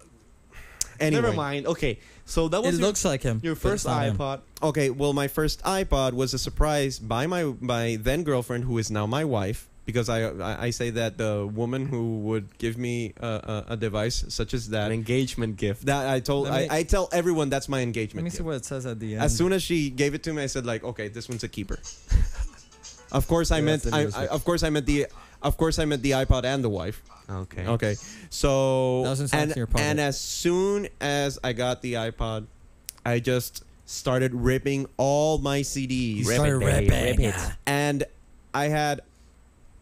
Speaker 2: I, anyway.
Speaker 1: Never mind. Okay, so that
Speaker 5: It
Speaker 1: was your,
Speaker 5: looks like him.
Speaker 1: your
Speaker 5: but it's
Speaker 1: first
Speaker 5: not him.
Speaker 1: iPod.
Speaker 2: Okay, well, my first iPod was a surprise by my my then girlfriend, who is now my wife, because I I, I say that the woman who would give me a, a, a device such as
Speaker 1: An
Speaker 2: that
Speaker 1: engagement gift.
Speaker 2: that I told
Speaker 5: Let me-
Speaker 2: I, I tell everyone that's my
Speaker 5: Let me
Speaker 2: engagement.
Speaker 5: see
Speaker 2: gift.
Speaker 5: what it says at the end.
Speaker 2: As soon as she gave it to me, I said like, okay, this one's a keeper. of course, I
Speaker 5: Yeah,
Speaker 2: meant
Speaker 5: that's the
Speaker 2: I,
Speaker 5: music.
Speaker 2: I of course I meant the of course I meant the iPod and the wife.
Speaker 1: Okay.
Speaker 2: Okay, so
Speaker 5: Thousand songs
Speaker 2: and,
Speaker 5: in your pocket.
Speaker 2: and as soon as I got the iPod, I just started ripping all my
Speaker 5: you
Speaker 2: CDs,
Speaker 1: Rip
Speaker 5: started
Speaker 1: it, baby,
Speaker 5: rapping.
Speaker 1: rip it.
Speaker 2: and I had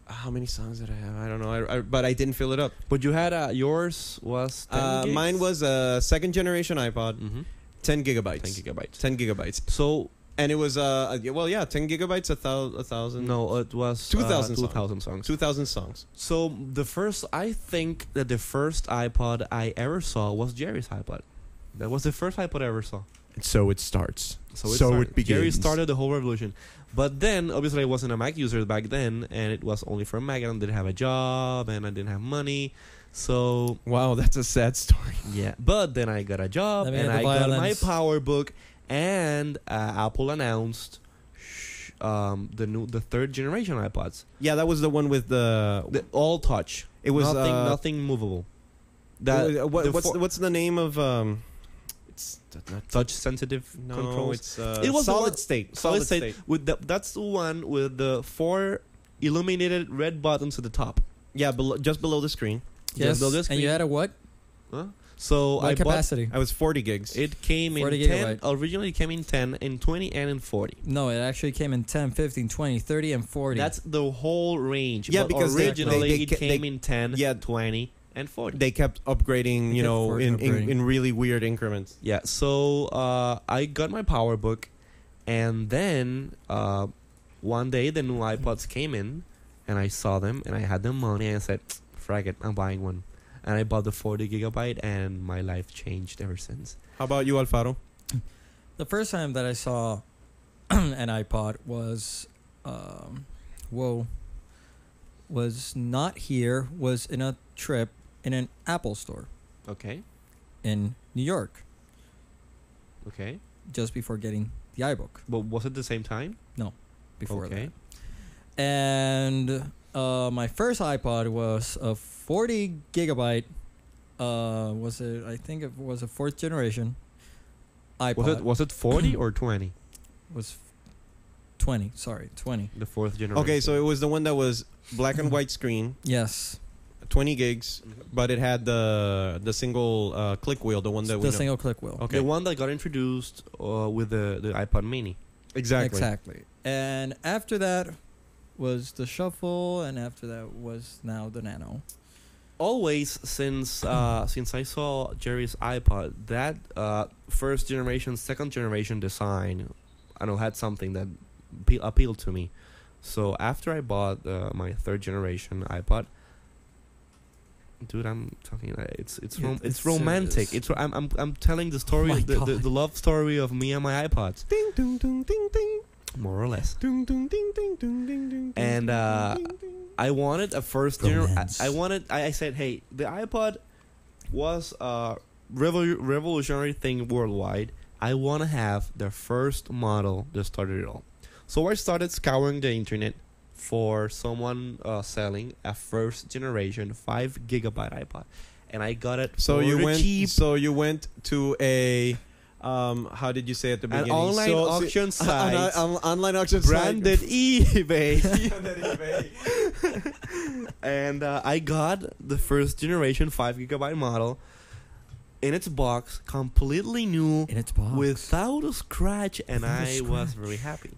Speaker 2: how many songs did I have? I don't know, I, I, but I didn't fill it up.
Speaker 1: But you had uh, yours was 10
Speaker 2: Uh,
Speaker 1: gigs?
Speaker 2: mine was a second generation iPod,
Speaker 3: Mm-hmm.
Speaker 1: Mhm.
Speaker 2: ten gigabytes,
Speaker 1: ten gigabytes.
Speaker 2: ten gigabytes,
Speaker 1: So
Speaker 2: and it was uh well yeah, ten gigabytes, a, thou- a thousand,
Speaker 1: no, it was
Speaker 2: 2,000
Speaker 1: uh,
Speaker 2: songs.
Speaker 1: 2,000 songs.
Speaker 2: two thousand songs.
Speaker 1: So the first, I think that the first iPod I ever saw was Jerry's iPod. That was the first iPod I ever saw.
Speaker 2: So it starts.
Speaker 1: So it, started- Jerry started the whole revolution. But then, obviously, I wasn't a Mac user back then, and it was only for Mac. And I didn't have a job, and I didn't have money. So
Speaker 2: Wow, that's a sad story.
Speaker 1: yeah, but then I got a job,
Speaker 5: Let me
Speaker 1: and
Speaker 5: hear
Speaker 1: I
Speaker 5: the
Speaker 1: got my
Speaker 5: violence.
Speaker 1: PowerBook, and uh, Apple announced, "Shh,
Speaker 3: watch um, the new the third generation iPods,
Speaker 2: Yeah, that was the one with the.
Speaker 3: the all touch.
Speaker 2: it was
Speaker 3: nothing,
Speaker 2: uh,
Speaker 3: nothing movable.
Speaker 2: uh, what,
Speaker 3: the
Speaker 2: what's
Speaker 3: four-
Speaker 2: what's the name of um? It's not
Speaker 3: touch sensitive
Speaker 2: no,
Speaker 3: controls.
Speaker 2: It's uh,
Speaker 3: It was the
Speaker 2: solid
Speaker 3: one-
Speaker 2: state.
Speaker 3: So
Speaker 2: Solid
Speaker 3: let's
Speaker 2: state.
Speaker 3: say with the, that's the one with the four illuminated red buttons at the top.
Speaker 2: Yeah, belo- just below the screen.
Speaker 5: Yes.
Speaker 3: the disc
Speaker 5: and you
Speaker 3: screen.
Speaker 5: had a what?
Speaker 3: Huh? So
Speaker 5: what
Speaker 3: I bought.
Speaker 5: capacity?
Speaker 2: I was 40 gigs.
Speaker 3: It came in
Speaker 5: 40
Speaker 3: ten.
Speaker 5: gigabyte.
Speaker 3: Originally, it came in ten, in twenty, and in forty.
Speaker 5: No, it actually came in 10, 15, 20, 30, and 40.
Speaker 3: That's the whole range.
Speaker 2: Yeah,
Speaker 3: but
Speaker 2: because
Speaker 5: they-
Speaker 3: originally
Speaker 2: they- they
Speaker 3: it
Speaker 2: ca-
Speaker 3: came
Speaker 2: they-
Speaker 3: in 10,
Speaker 2: yeah.
Speaker 3: 20, and 40.
Speaker 2: they kept upgrading,
Speaker 5: They
Speaker 2: you
Speaker 5: kept
Speaker 2: know,
Speaker 5: for-
Speaker 2: in, in
Speaker 5: upgrading.
Speaker 2: in really weird increments.
Speaker 3: yeah, so uh, I got my PowerBook, and then uh, one day the new iPods came in, and I saw them, and I had the money, and I said, frag it, I'm buying one. And I bought the 40 gigabyte, and my life changed ever since.
Speaker 2: How about you, Alfaro?
Speaker 5: the first time that I saw an iPod was, um, whoa, was not here, was in a trip in an Apple store
Speaker 3: Okay,
Speaker 5: in New York
Speaker 3: okay.
Speaker 5: just before getting the iBook.
Speaker 3: But was it the same time?
Speaker 5: Before
Speaker 3: okay.
Speaker 5: that. And uh, my first iPod was a 40 gigabyte. Uh, was it? I think it was a fourth generation iPod.
Speaker 3: Was it was it 40 or 20?
Speaker 5: was 20 sorry 20
Speaker 3: The fourth generation.
Speaker 2: Okay, so it was the one that was black and white screen,
Speaker 5: yes
Speaker 2: 20 gigs, but it had the the single uh, click wheel, the one that
Speaker 5: the
Speaker 2: we know.
Speaker 5: single click will
Speaker 2: Okay.
Speaker 3: The one that got introduced uh, with the, the iPod Mini.
Speaker 2: Exactly.
Speaker 5: exactly and after that was the shuffle and after that was now the nano
Speaker 3: Always since uh, since I saw Jerry's iPod, that uh, first generation, second generation design, I know had something that pe- appealed to me. So after I bought uh, my third generation iPod, dude, I'm talking. uh, It's it's
Speaker 5: Yeah,
Speaker 3: rom- it's,
Speaker 5: it's
Speaker 3: romantic.
Speaker 5: serious.
Speaker 3: It's ro- I'm, I'm I'm telling the story,
Speaker 5: my
Speaker 3: the, the,
Speaker 5: God.
Speaker 3: the love story of me and my iPods,
Speaker 2: Oh Ding dong dong ding ding
Speaker 3: more or less.
Speaker 2: ding ding ding ding ding ding ding.
Speaker 3: And, uh, I wanted a first gener-
Speaker 5: Romance.
Speaker 3: I, I wanted. I, I said, hey, the iPod was a revol- revolutionary thing worldwide. I want to have the first model that started it all. So I started scouring the internet for someone uh, selling a first generation five gigabyte iPod, and I got it.
Speaker 2: so
Speaker 3: for
Speaker 2: you
Speaker 3: the
Speaker 2: went
Speaker 3: cheap
Speaker 2: so you went to a um how did you say at the
Speaker 3: an
Speaker 2: beginning?
Speaker 3: online
Speaker 2: so,
Speaker 3: auction
Speaker 2: so, an,
Speaker 3: site
Speaker 2: on- online auction
Speaker 3: branded eBay.
Speaker 2: site. Branded eBay.
Speaker 3: and uh, I got the first generation five gigabyte model in its box, completely new,
Speaker 5: in its box
Speaker 3: without a scratch, and
Speaker 5: Without a
Speaker 3: I was very happy.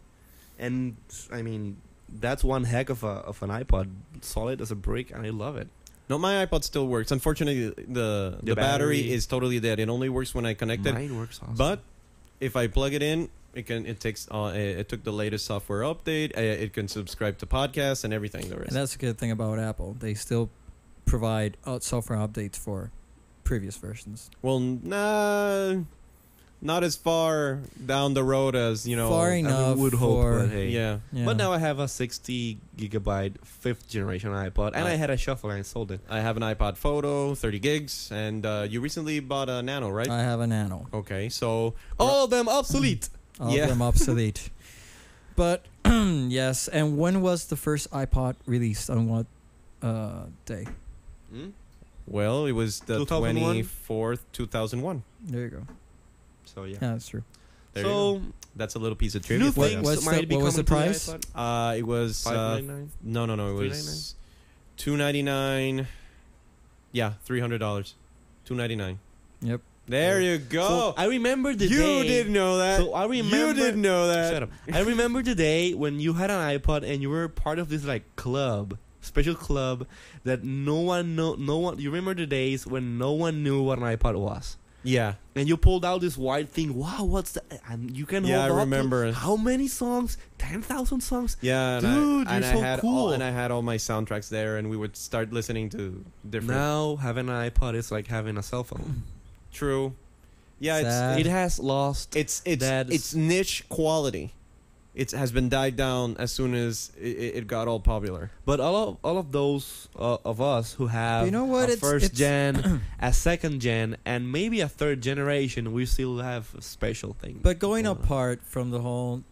Speaker 3: And I mean, that's one heck of a of an iPod, solid as a brick, and I love it.
Speaker 2: No, my iPod still works. Unfortunately, the the,
Speaker 3: The
Speaker 2: battery.
Speaker 3: battery.
Speaker 2: is totally dead. It only works when I connect it.
Speaker 3: Mine works awesome.
Speaker 2: But if I plug it in, it can. It takes. Uh, it it took the latest software update. Uh, it can subscribe to podcasts and everything. The rest.
Speaker 5: and that's the good thing about apple they still provide uh, software updates for previous versions
Speaker 2: well, nah, not as far down the road as you know.
Speaker 5: Far
Speaker 3: I mean,
Speaker 5: enough
Speaker 3: would hope,
Speaker 5: for-
Speaker 3: but hey.
Speaker 2: Yeah.
Speaker 5: yeah.
Speaker 3: But now I have a 60 gigabyte fifth generation iPod, and I
Speaker 2: Nice.
Speaker 3: had a shuffle and I sold it.
Speaker 2: I have an iPod Photo, 30 gigs, and uh, you recently bought a Nano, right?
Speaker 5: i have a nano
Speaker 2: okay, so
Speaker 3: All of them obsolete.
Speaker 5: All
Speaker 2: Yeah.
Speaker 5: of them obsolete. but yes, and when was the first iPod released? On what uh, day?
Speaker 3: Hmm?
Speaker 2: well, it was the
Speaker 3: 2001?
Speaker 2: 24th, 2001.
Speaker 5: There you go.
Speaker 3: So yeah.
Speaker 5: Yeah, that's true.
Speaker 2: There you
Speaker 3: so
Speaker 2: That's a little piece of
Speaker 3: new
Speaker 2: trivia. for
Speaker 5: What
Speaker 3: things
Speaker 2: you.
Speaker 5: was
Speaker 3: might
Speaker 5: the-
Speaker 3: be
Speaker 5: what was
Speaker 3: coming
Speaker 5: the
Speaker 3: to
Speaker 5: price?
Speaker 3: iPod.
Speaker 2: Uh, it was uh,
Speaker 3: 599?
Speaker 2: no, no, no. It was two ninety nine. Yeah, three hundred dollars. Two ninety nine.
Speaker 5: Yep.
Speaker 2: There
Speaker 3: Yeah.
Speaker 2: you
Speaker 3: So
Speaker 2: go.
Speaker 3: I remember the
Speaker 2: oh! you
Speaker 3: day.
Speaker 2: didn't know that.
Speaker 3: So I remember.
Speaker 2: you didn't know that.
Speaker 3: Shut up. I remember the day when you had an iPod and you were part of this like club, special club that no one know, no one. You remember the days when no one knew what an iPod was,
Speaker 2: Yeah.
Speaker 3: and you pulled out this white thing. Wow, what's that? And you can
Speaker 2: Yeah, I
Speaker 3: hold up to
Speaker 2: remember.
Speaker 3: how many songs? Ten thousand songs.
Speaker 2: Yeah, and
Speaker 3: Dude,
Speaker 2: I,
Speaker 3: you're
Speaker 2: and
Speaker 3: so
Speaker 2: I had all
Speaker 3: cool.
Speaker 2: and I had all my soundtracks there, and we would start listening to different.
Speaker 3: Now having an iPod is like having a cell phone.
Speaker 2: True. Yeah, it's
Speaker 5: Sad.
Speaker 3: it has lost.
Speaker 2: it's it's
Speaker 3: That is-
Speaker 2: it's niche quality. It has been died down as soon as it, it got all popular.
Speaker 3: But all of all of those uh, of us who have
Speaker 5: You know what?
Speaker 3: a
Speaker 5: It's-
Speaker 3: first
Speaker 5: it's-
Speaker 3: gen, a second gen, and maybe a third generation, we still have a special thing.
Speaker 5: But going
Speaker 3: going on.
Speaker 5: apart from the whole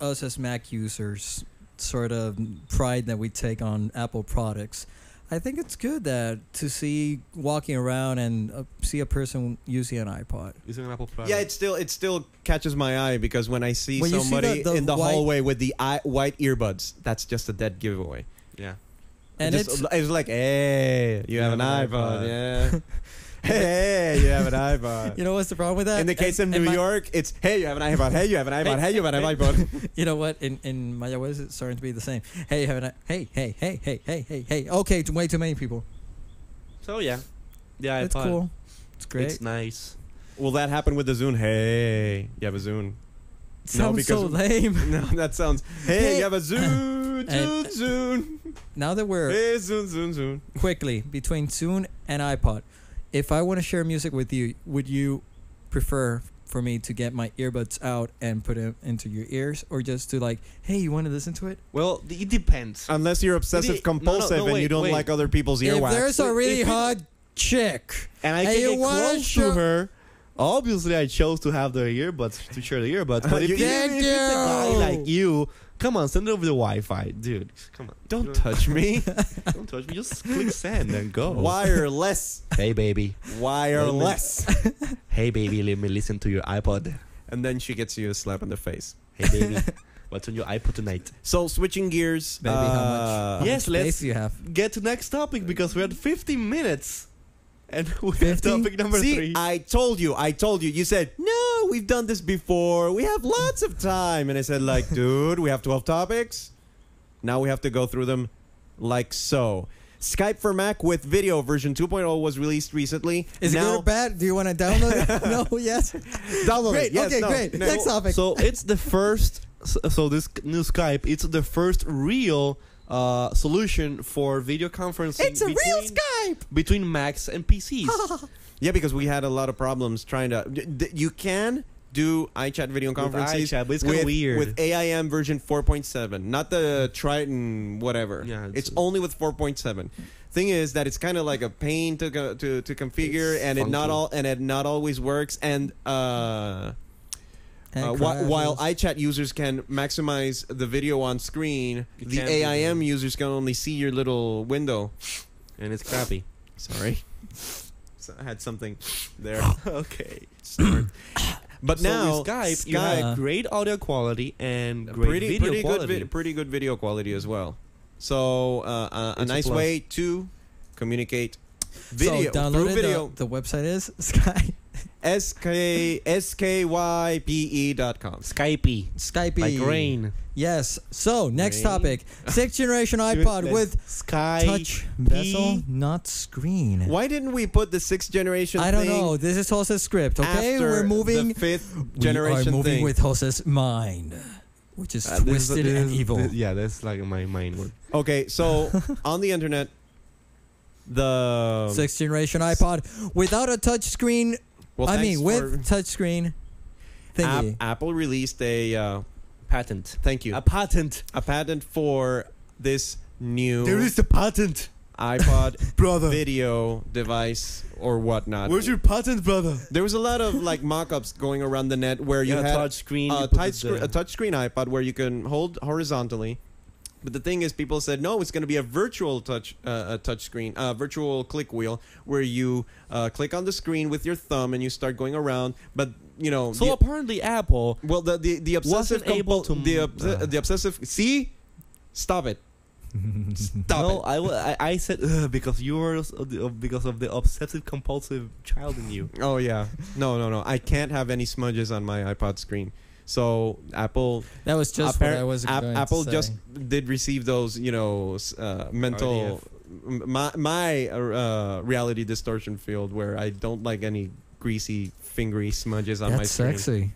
Speaker 5: us as Mac users sort of pride that we take on Apple products. I think it's good that to see walking around and uh, see a person using an iPod.
Speaker 1: Using an Apple product.
Speaker 2: Yeah, it still it still catches my eye because when I see
Speaker 5: When you see
Speaker 2: somebody
Speaker 5: the- the
Speaker 2: in the
Speaker 5: white-
Speaker 2: hallway with the eye, white earbuds, that's just a dead giveaway.
Speaker 1: yeah.
Speaker 5: And
Speaker 2: Just-
Speaker 5: it's
Speaker 2: it's like, hey, you have an iPod, yeah. hey, you have an iPod.
Speaker 5: you know what's the problem with that?
Speaker 2: in the case
Speaker 5: And-
Speaker 2: of
Speaker 5: and
Speaker 2: New
Speaker 5: my-
Speaker 2: York, it's hey, you have an iPod, hey, you have an iPod, hey, you have an iPod.
Speaker 5: You know what? In in Mayagüez, it's starting to be the same. Hey, haven't I? Hey, hey, hey, hey, hey, hey, hey. Okay, t- way too many people.
Speaker 1: So yeah, the iPod.
Speaker 5: It's cool. It's great.
Speaker 1: It's nice.
Speaker 2: Will that happen with the Zune? Hey, you have a Zune.
Speaker 5: It
Speaker 2: no,
Speaker 5: sounds so
Speaker 2: because-
Speaker 5: lame.
Speaker 2: No, that sounds. Hey,
Speaker 5: Hey.
Speaker 2: you have a Zune, Zune,
Speaker 5: And- uh,
Speaker 2: Zune.
Speaker 5: Now that we're
Speaker 2: Hey, Zune, Zune, Zune.
Speaker 5: quickly between Zune and iPod. If I want to share music with you, would you prefer for me to get my earbuds out and put it into your ears, or just to like, hey, you want to listen to it?
Speaker 1: Well, th- it depends.
Speaker 2: Unless you're obsessive
Speaker 1: no, no,
Speaker 2: compulsive and
Speaker 1: wait,
Speaker 2: you don't
Speaker 1: wait.
Speaker 2: like other people's
Speaker 5: If there's
Speaker 2: earwax,
Speaker 5: a really
Speaker 1: If it-
Speaker 5: hot chick,
Speaker 1: and I
Speaker 5: Hey,
Speaker 1: can
Speaker 5: you
Speaker 1: get
Speaker 5: wanna
Speaker 1: close
Speaker 5: show-
Speaker 1: to her. Obviously, I chose to have the earbuds to share the earbuds. But if,
Speaker 2: You-
Speaker 1: you,
Speaker 5: Thank
Speaker 1: if it's a guy
Speaker 5: you.
Speaker 1: like you, come on, send it over the Wi-Fi, dude. Come on,
Speaker 2: don't touch me.
Speaker 1: Don't touch me. Just click send and
Speaker 3: Oh.
Speaker 1: go.
Speaker 2: Wireless,
Speaker 1: Hey baby.
Speaker 2: wireless.
Speaker 1: Hey baby. Let me listen to your iPod.
Speaker 2: and then she gets you a slap in the face.
Speaker 1: Hey baby. What's on your iPod tonight?
Speaker 2: So switching gears,
Speaker 5: baby, how
Speaker 2: uh,
Speaker 5: much? How
Speaker 1: yes,
Speaker 5: much
Speaker 1: let's-
Speaker 5: space you have?
Speaker 1: Get to next topic because we're at 50 minutes, and we're at
Speaker 5: 50?
Speaker 1: topic number
Speaker 2: See,
Speaker 1: three.
Speaker 2: I told you, I told you. You said no, we've done this before. We have lots of time, and I said like, dude, we have twelve topics. Now we have to go through them, like so. Skype for Mac with video version 2.0 was released recently.
Speaker 5: Is it
Speaker 2: now,
Speaker 5: good or bad? Do you want to download it? no, yes.
Speaker 2: Download it.
Speaker 5: Great.
Speaker 2: Yes,
Speaker 5: okay,
Speaker 2: no,
Speaker 5: great.
Speaker 2: no.
Speaker 5: Next topic.
Speaker 1: So it's the first. So so this new Skype, it's the first real uh, solution for video conferencing.
Speaker 5: it's a real
Speaker 1: between-
Speaker 5: Skype.
Speaker 2: uh,
Speaker 1: between Macs and PCs.
Speaker 2: Yeah, because we had a lot of problems trying to. d- d- You can do iChat video conferences
Speaker 1: iChat, but it's kinda
Speaker 2: with-
Speaker 1: weird.
Speaker 2: with AIM version 4.7, not the Triton whatever.
Speaker 1: Yeah,
Speaker 2: it's,
Speaker 1: it's-
Speaker 2: only with 4.7. Thing is that it's kind of like a pain to go, to to configure,
Speaker 1: It's
Speaker 2: and it not
Speaker 1: funky.
Speaker 2: all and it not always works. And uh,
Speaker 5: And
Speaker 2: uh, whi-
Speaker 5: crashes.
Speaker 2: while iChat users can maximize the video on screen,
Speaker 1: You
Speaker 2: the
Speaker 1: can't do that.
Speaker 2: AIM users can only see your little window.
Speaker 1: and it's crappy.
Speaker 2: Sorry, so I had something there.
Speaker 1: okay.
Speaker 2: But
Speaker 1: So
Speaker 2: now
Speaker 1: with Skype, you
Speaker 5: Skype-
Speaker 1: have great audio quality and
Speaker 2: Skype,
Speaker 1: great
Speaker 2: pretty
Speaker 1: video
Speaker 2: pretty good
Speaker 1: quality.
Speaker 2: vid- pretty good video quality as well. So uh, uh, a
Speaker 1: It's a
Speaker 2: nice
Speaker 1: plus.
Speaker 2: way to communicate
Speaker 5: so
Speaker 2: video
Speaker 5: download
Speaker 2: through
Speaker 5: it.
Speaker 2: video
Speaker 5: The, the website is Skype.
Speaker 2: sk skype E dot com.
Speaker 1: Skypey,
Speaker 5: Skype.
Speaker 1: like rain.
Speaker 5: Yes. So next
Speaker 2: Rain.
Speaker 5: topic: sixth generation iPod with
Speaker 1: Sky
Speaker 5: touch bezel, not screen.
Speaker 2: Why didn't we put the sixth generation?
Speaker 5: I don't
Speaker 2: thing
Speaker 5: know. This is Jose's script. Okay,
Speaker 2: after
Speaker 5: we're moving.
Speaker 2: the fifth
Speaker 5: we
Speaker 2: generation
Speaker 5: are moving
Speaker 2: thing.
Speaker 5: with Jose's mind, which is
Speaker 1: Uh, this-
Speaker 5: twisted
Speaker 1: this-
Speaker 5: and evil.
Speaker 1: this- yeah, that's like my mind word.
Speaker 2: okay, so on the internet, the
Speaker 5: sixth generation iPod without a touch screen.
Speaker 2: well,
Speaker 5: I
Speaker 2: thanks
Speaker 5: mean,
Speaker 2: for-
Speaker 5: with touch screen
Speaker 2: App-
Speaker 5: thingy.
Speaker 2: Apple released a uh,
Speaker 1: Patent.
Speaker 2: thank you
Speaker 1: A patent.
Speaker 2: a patent for this new
Speaker 1: a patent,
Speaker 2: iPod
Speaker 1: brother.
Speaker 2: video device or whatnot.
Speaker 1: your patent, brother?
Speaker 2: there was a lot of like mock-ups going around the net where you
Speaker 1: You
Speaker 2: had
Speaker 1: touch screen.
Speaker 2: a
Speaker 1: you put
Speaker 2: touch
Speaker 1: it there.
Speaker 2: screen, a touchscreen iPod where you can hold horizontally. But the thing is, people said no. It's going to be a virtual touch, uh, a touch screen, uh, virtual click wheel, where you uh, click on the screen with your thumb and you start going around. But you know,
Speaker 1: so
Speaker 2: the-
Speaker 1: apparently, Apple.
Speaker 2: well, the the, the obsessive
Speaker 1: Wasn't able
Speaker 2: compul-
Speaker 1: to
Speaker 2: the,
Speaker 1: move-
Speaker 2: obs-
Speaker 1: uh.
Speaker 2: the obsessive. See, stop it. Stop
Speaker 1: no,
Speaker 2: it.
Speaker 1: I wa- I, I said Ugh, because you're because of the obsessive compulsive child in you.
Speaker 2: Oh yeah, no, no, no. I can't have any smudges on my iPod screen. So Apple,
Speaker 5: that was just
Speaker 2: appar-
Speaker 5: what I was
Speaker 2: App-
Speaker 5: going to
Speaker 2: Apple
Speaker 5: say.
Speaker 2: just did receive those, you know, s- uh, mental m- my my uh, reality distortion field where I don't like any greasy fingery smudges on my
Speaker 5: That's
Speaker 2: screen.
Speaker 5: sexy.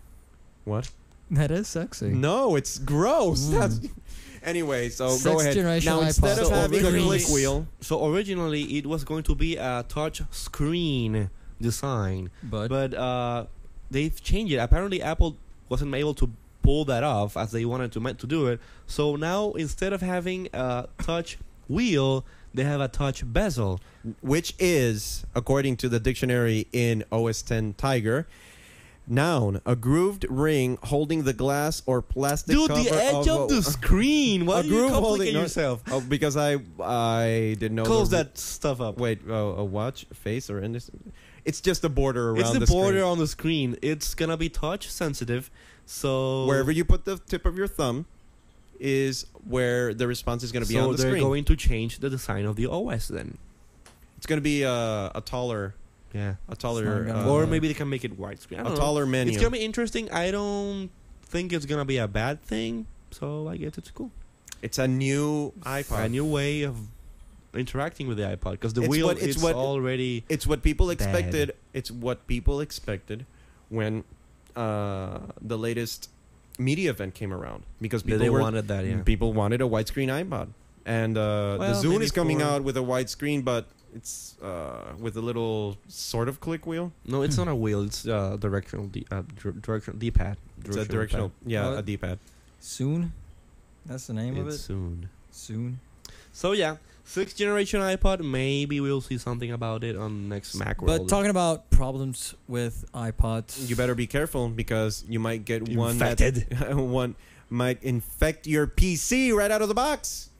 Speaker 2: What?
Speaker 5: That is sexy.
Speaker 2: No, it's gross.
Speaker 5: Mm.
Speaker 2: That's anyway. So go
Speaker 5: Sixth
Speaker 2: ahead.
Speaker 5: generation
Speaker 2: Now instead
Speaker 5: iPod.
Speaker 2: of
Speaker 1: So
Speaker 2: having a
Speaker 1: originally-
Speaker 2: click wheel,
Speaker 1: So originally, it was going to be a touch screen design,
Speaker 5: But,
Speaker 1: but uh, they've changed it. Apparently, Apple wasn't able to pull that off as they wanted to meant to do it. So now, instead of having a touch wheel, they have a touch bezel.
Speaker 2: which is according to the dictionary in OS 10 Tiger, Noun: a grooved ring holding the glass or plastic.
Speaker 1: Dude, the
Speaker 2: cover
Speaker 1: edge
Speaker 2: of
Speaker 1: of the screen. Why
Speaker 2: a
Speaker 1: do
Speaker 2: groove
Speaker 1: you complicate
Speaker 2: holding-
Speaker 1: yourself?
Speaker 2: Oh, because I I didn't know.
Speaker 1: Close
Speaker 2: the-
Speaker 1: that stuff up.
Speaker 2: Wait, oh, a watch, face, or indis- It's just the border around.
Speaker 1: It's the,
Speaker 2: the screen.
Speaker 1: border on the screen. It's gonna be touch sensitive, so
Speaker 2: Wherever you put the tip of your thumb is where the response is going to be
Speaker 1: so
Speaker 2: on the
Speaker 1: they're
Speaker 2: screen.
Speaker 1: going to change the design of the OS then.
Speaker 2: it's going to be a, a taller,
Speaker 1: Yeah.
Speaker 2: a
Speaker 5: It's
Speaker 2: taller,
Speaker 5: not gonna
Speaker 2: uh,
Speaker 1: or maybe they can make it widescreen. I
Speaker 2: a
Speaker 1: don't know.
Speaker 2: taller menu.
Speaker 1: It's gonna be interesting. I don't think it's gonna be a bad thing. So I guess it's cool.
Speaker 2: It's a new
Speaker 1: A
Speaker 2: iPod.
Speaker 1: new way of interacting with the iPod because the
Speaker 2: It's
Speaker 1: wheel
Speaker 2: what- it's
Speaker 1: is
Speaker 2: what-
Speaker 1: already
Speaker 2: It's what people
Speaker 1: Bad.
Speaker 2: expected. It's what people expected when uh, the latest media event came around because people
Speaker 1: they
Speaker 2: were
Speaker 1: wanted that. Yeah.
Speaker 2: people wanted a widescreen iPod, and uh,
Speaker 1: Well,
Speaker 2: the Zune
Speaker 1: maybe
Speaker 2: is coming
Speaker 1: for-
Speaker 2: out with a widescreen, but it's uh, with a little sort of click wheel.
Speaker 1: No, it's not a wheel. It's uh, directional D, uh, dir- directional D-pad.
Speaker 2: It's a directional, yeah,
Speaker 5: Well,
Speaker 2: a D-pad.
Speaker 5: Soon? That's the name
Speaker 1: pad.
Speaker 5: of
Speaker 1: It's
Speaker 5: it?
Speaker 1: soon.
Speaker 5: Soon?
Speaker 1: So yeah, sixth generation iPod. Maybe we'll see something about it on next Mac
Speaker 5: But
Speaker 1: World.
Speaker 5: talking about problems with iPods.
Speaker 2: You better be careful because you might get one
Speaker 1: Infected.
Speaker 2: that one might infect your PC right out of the box.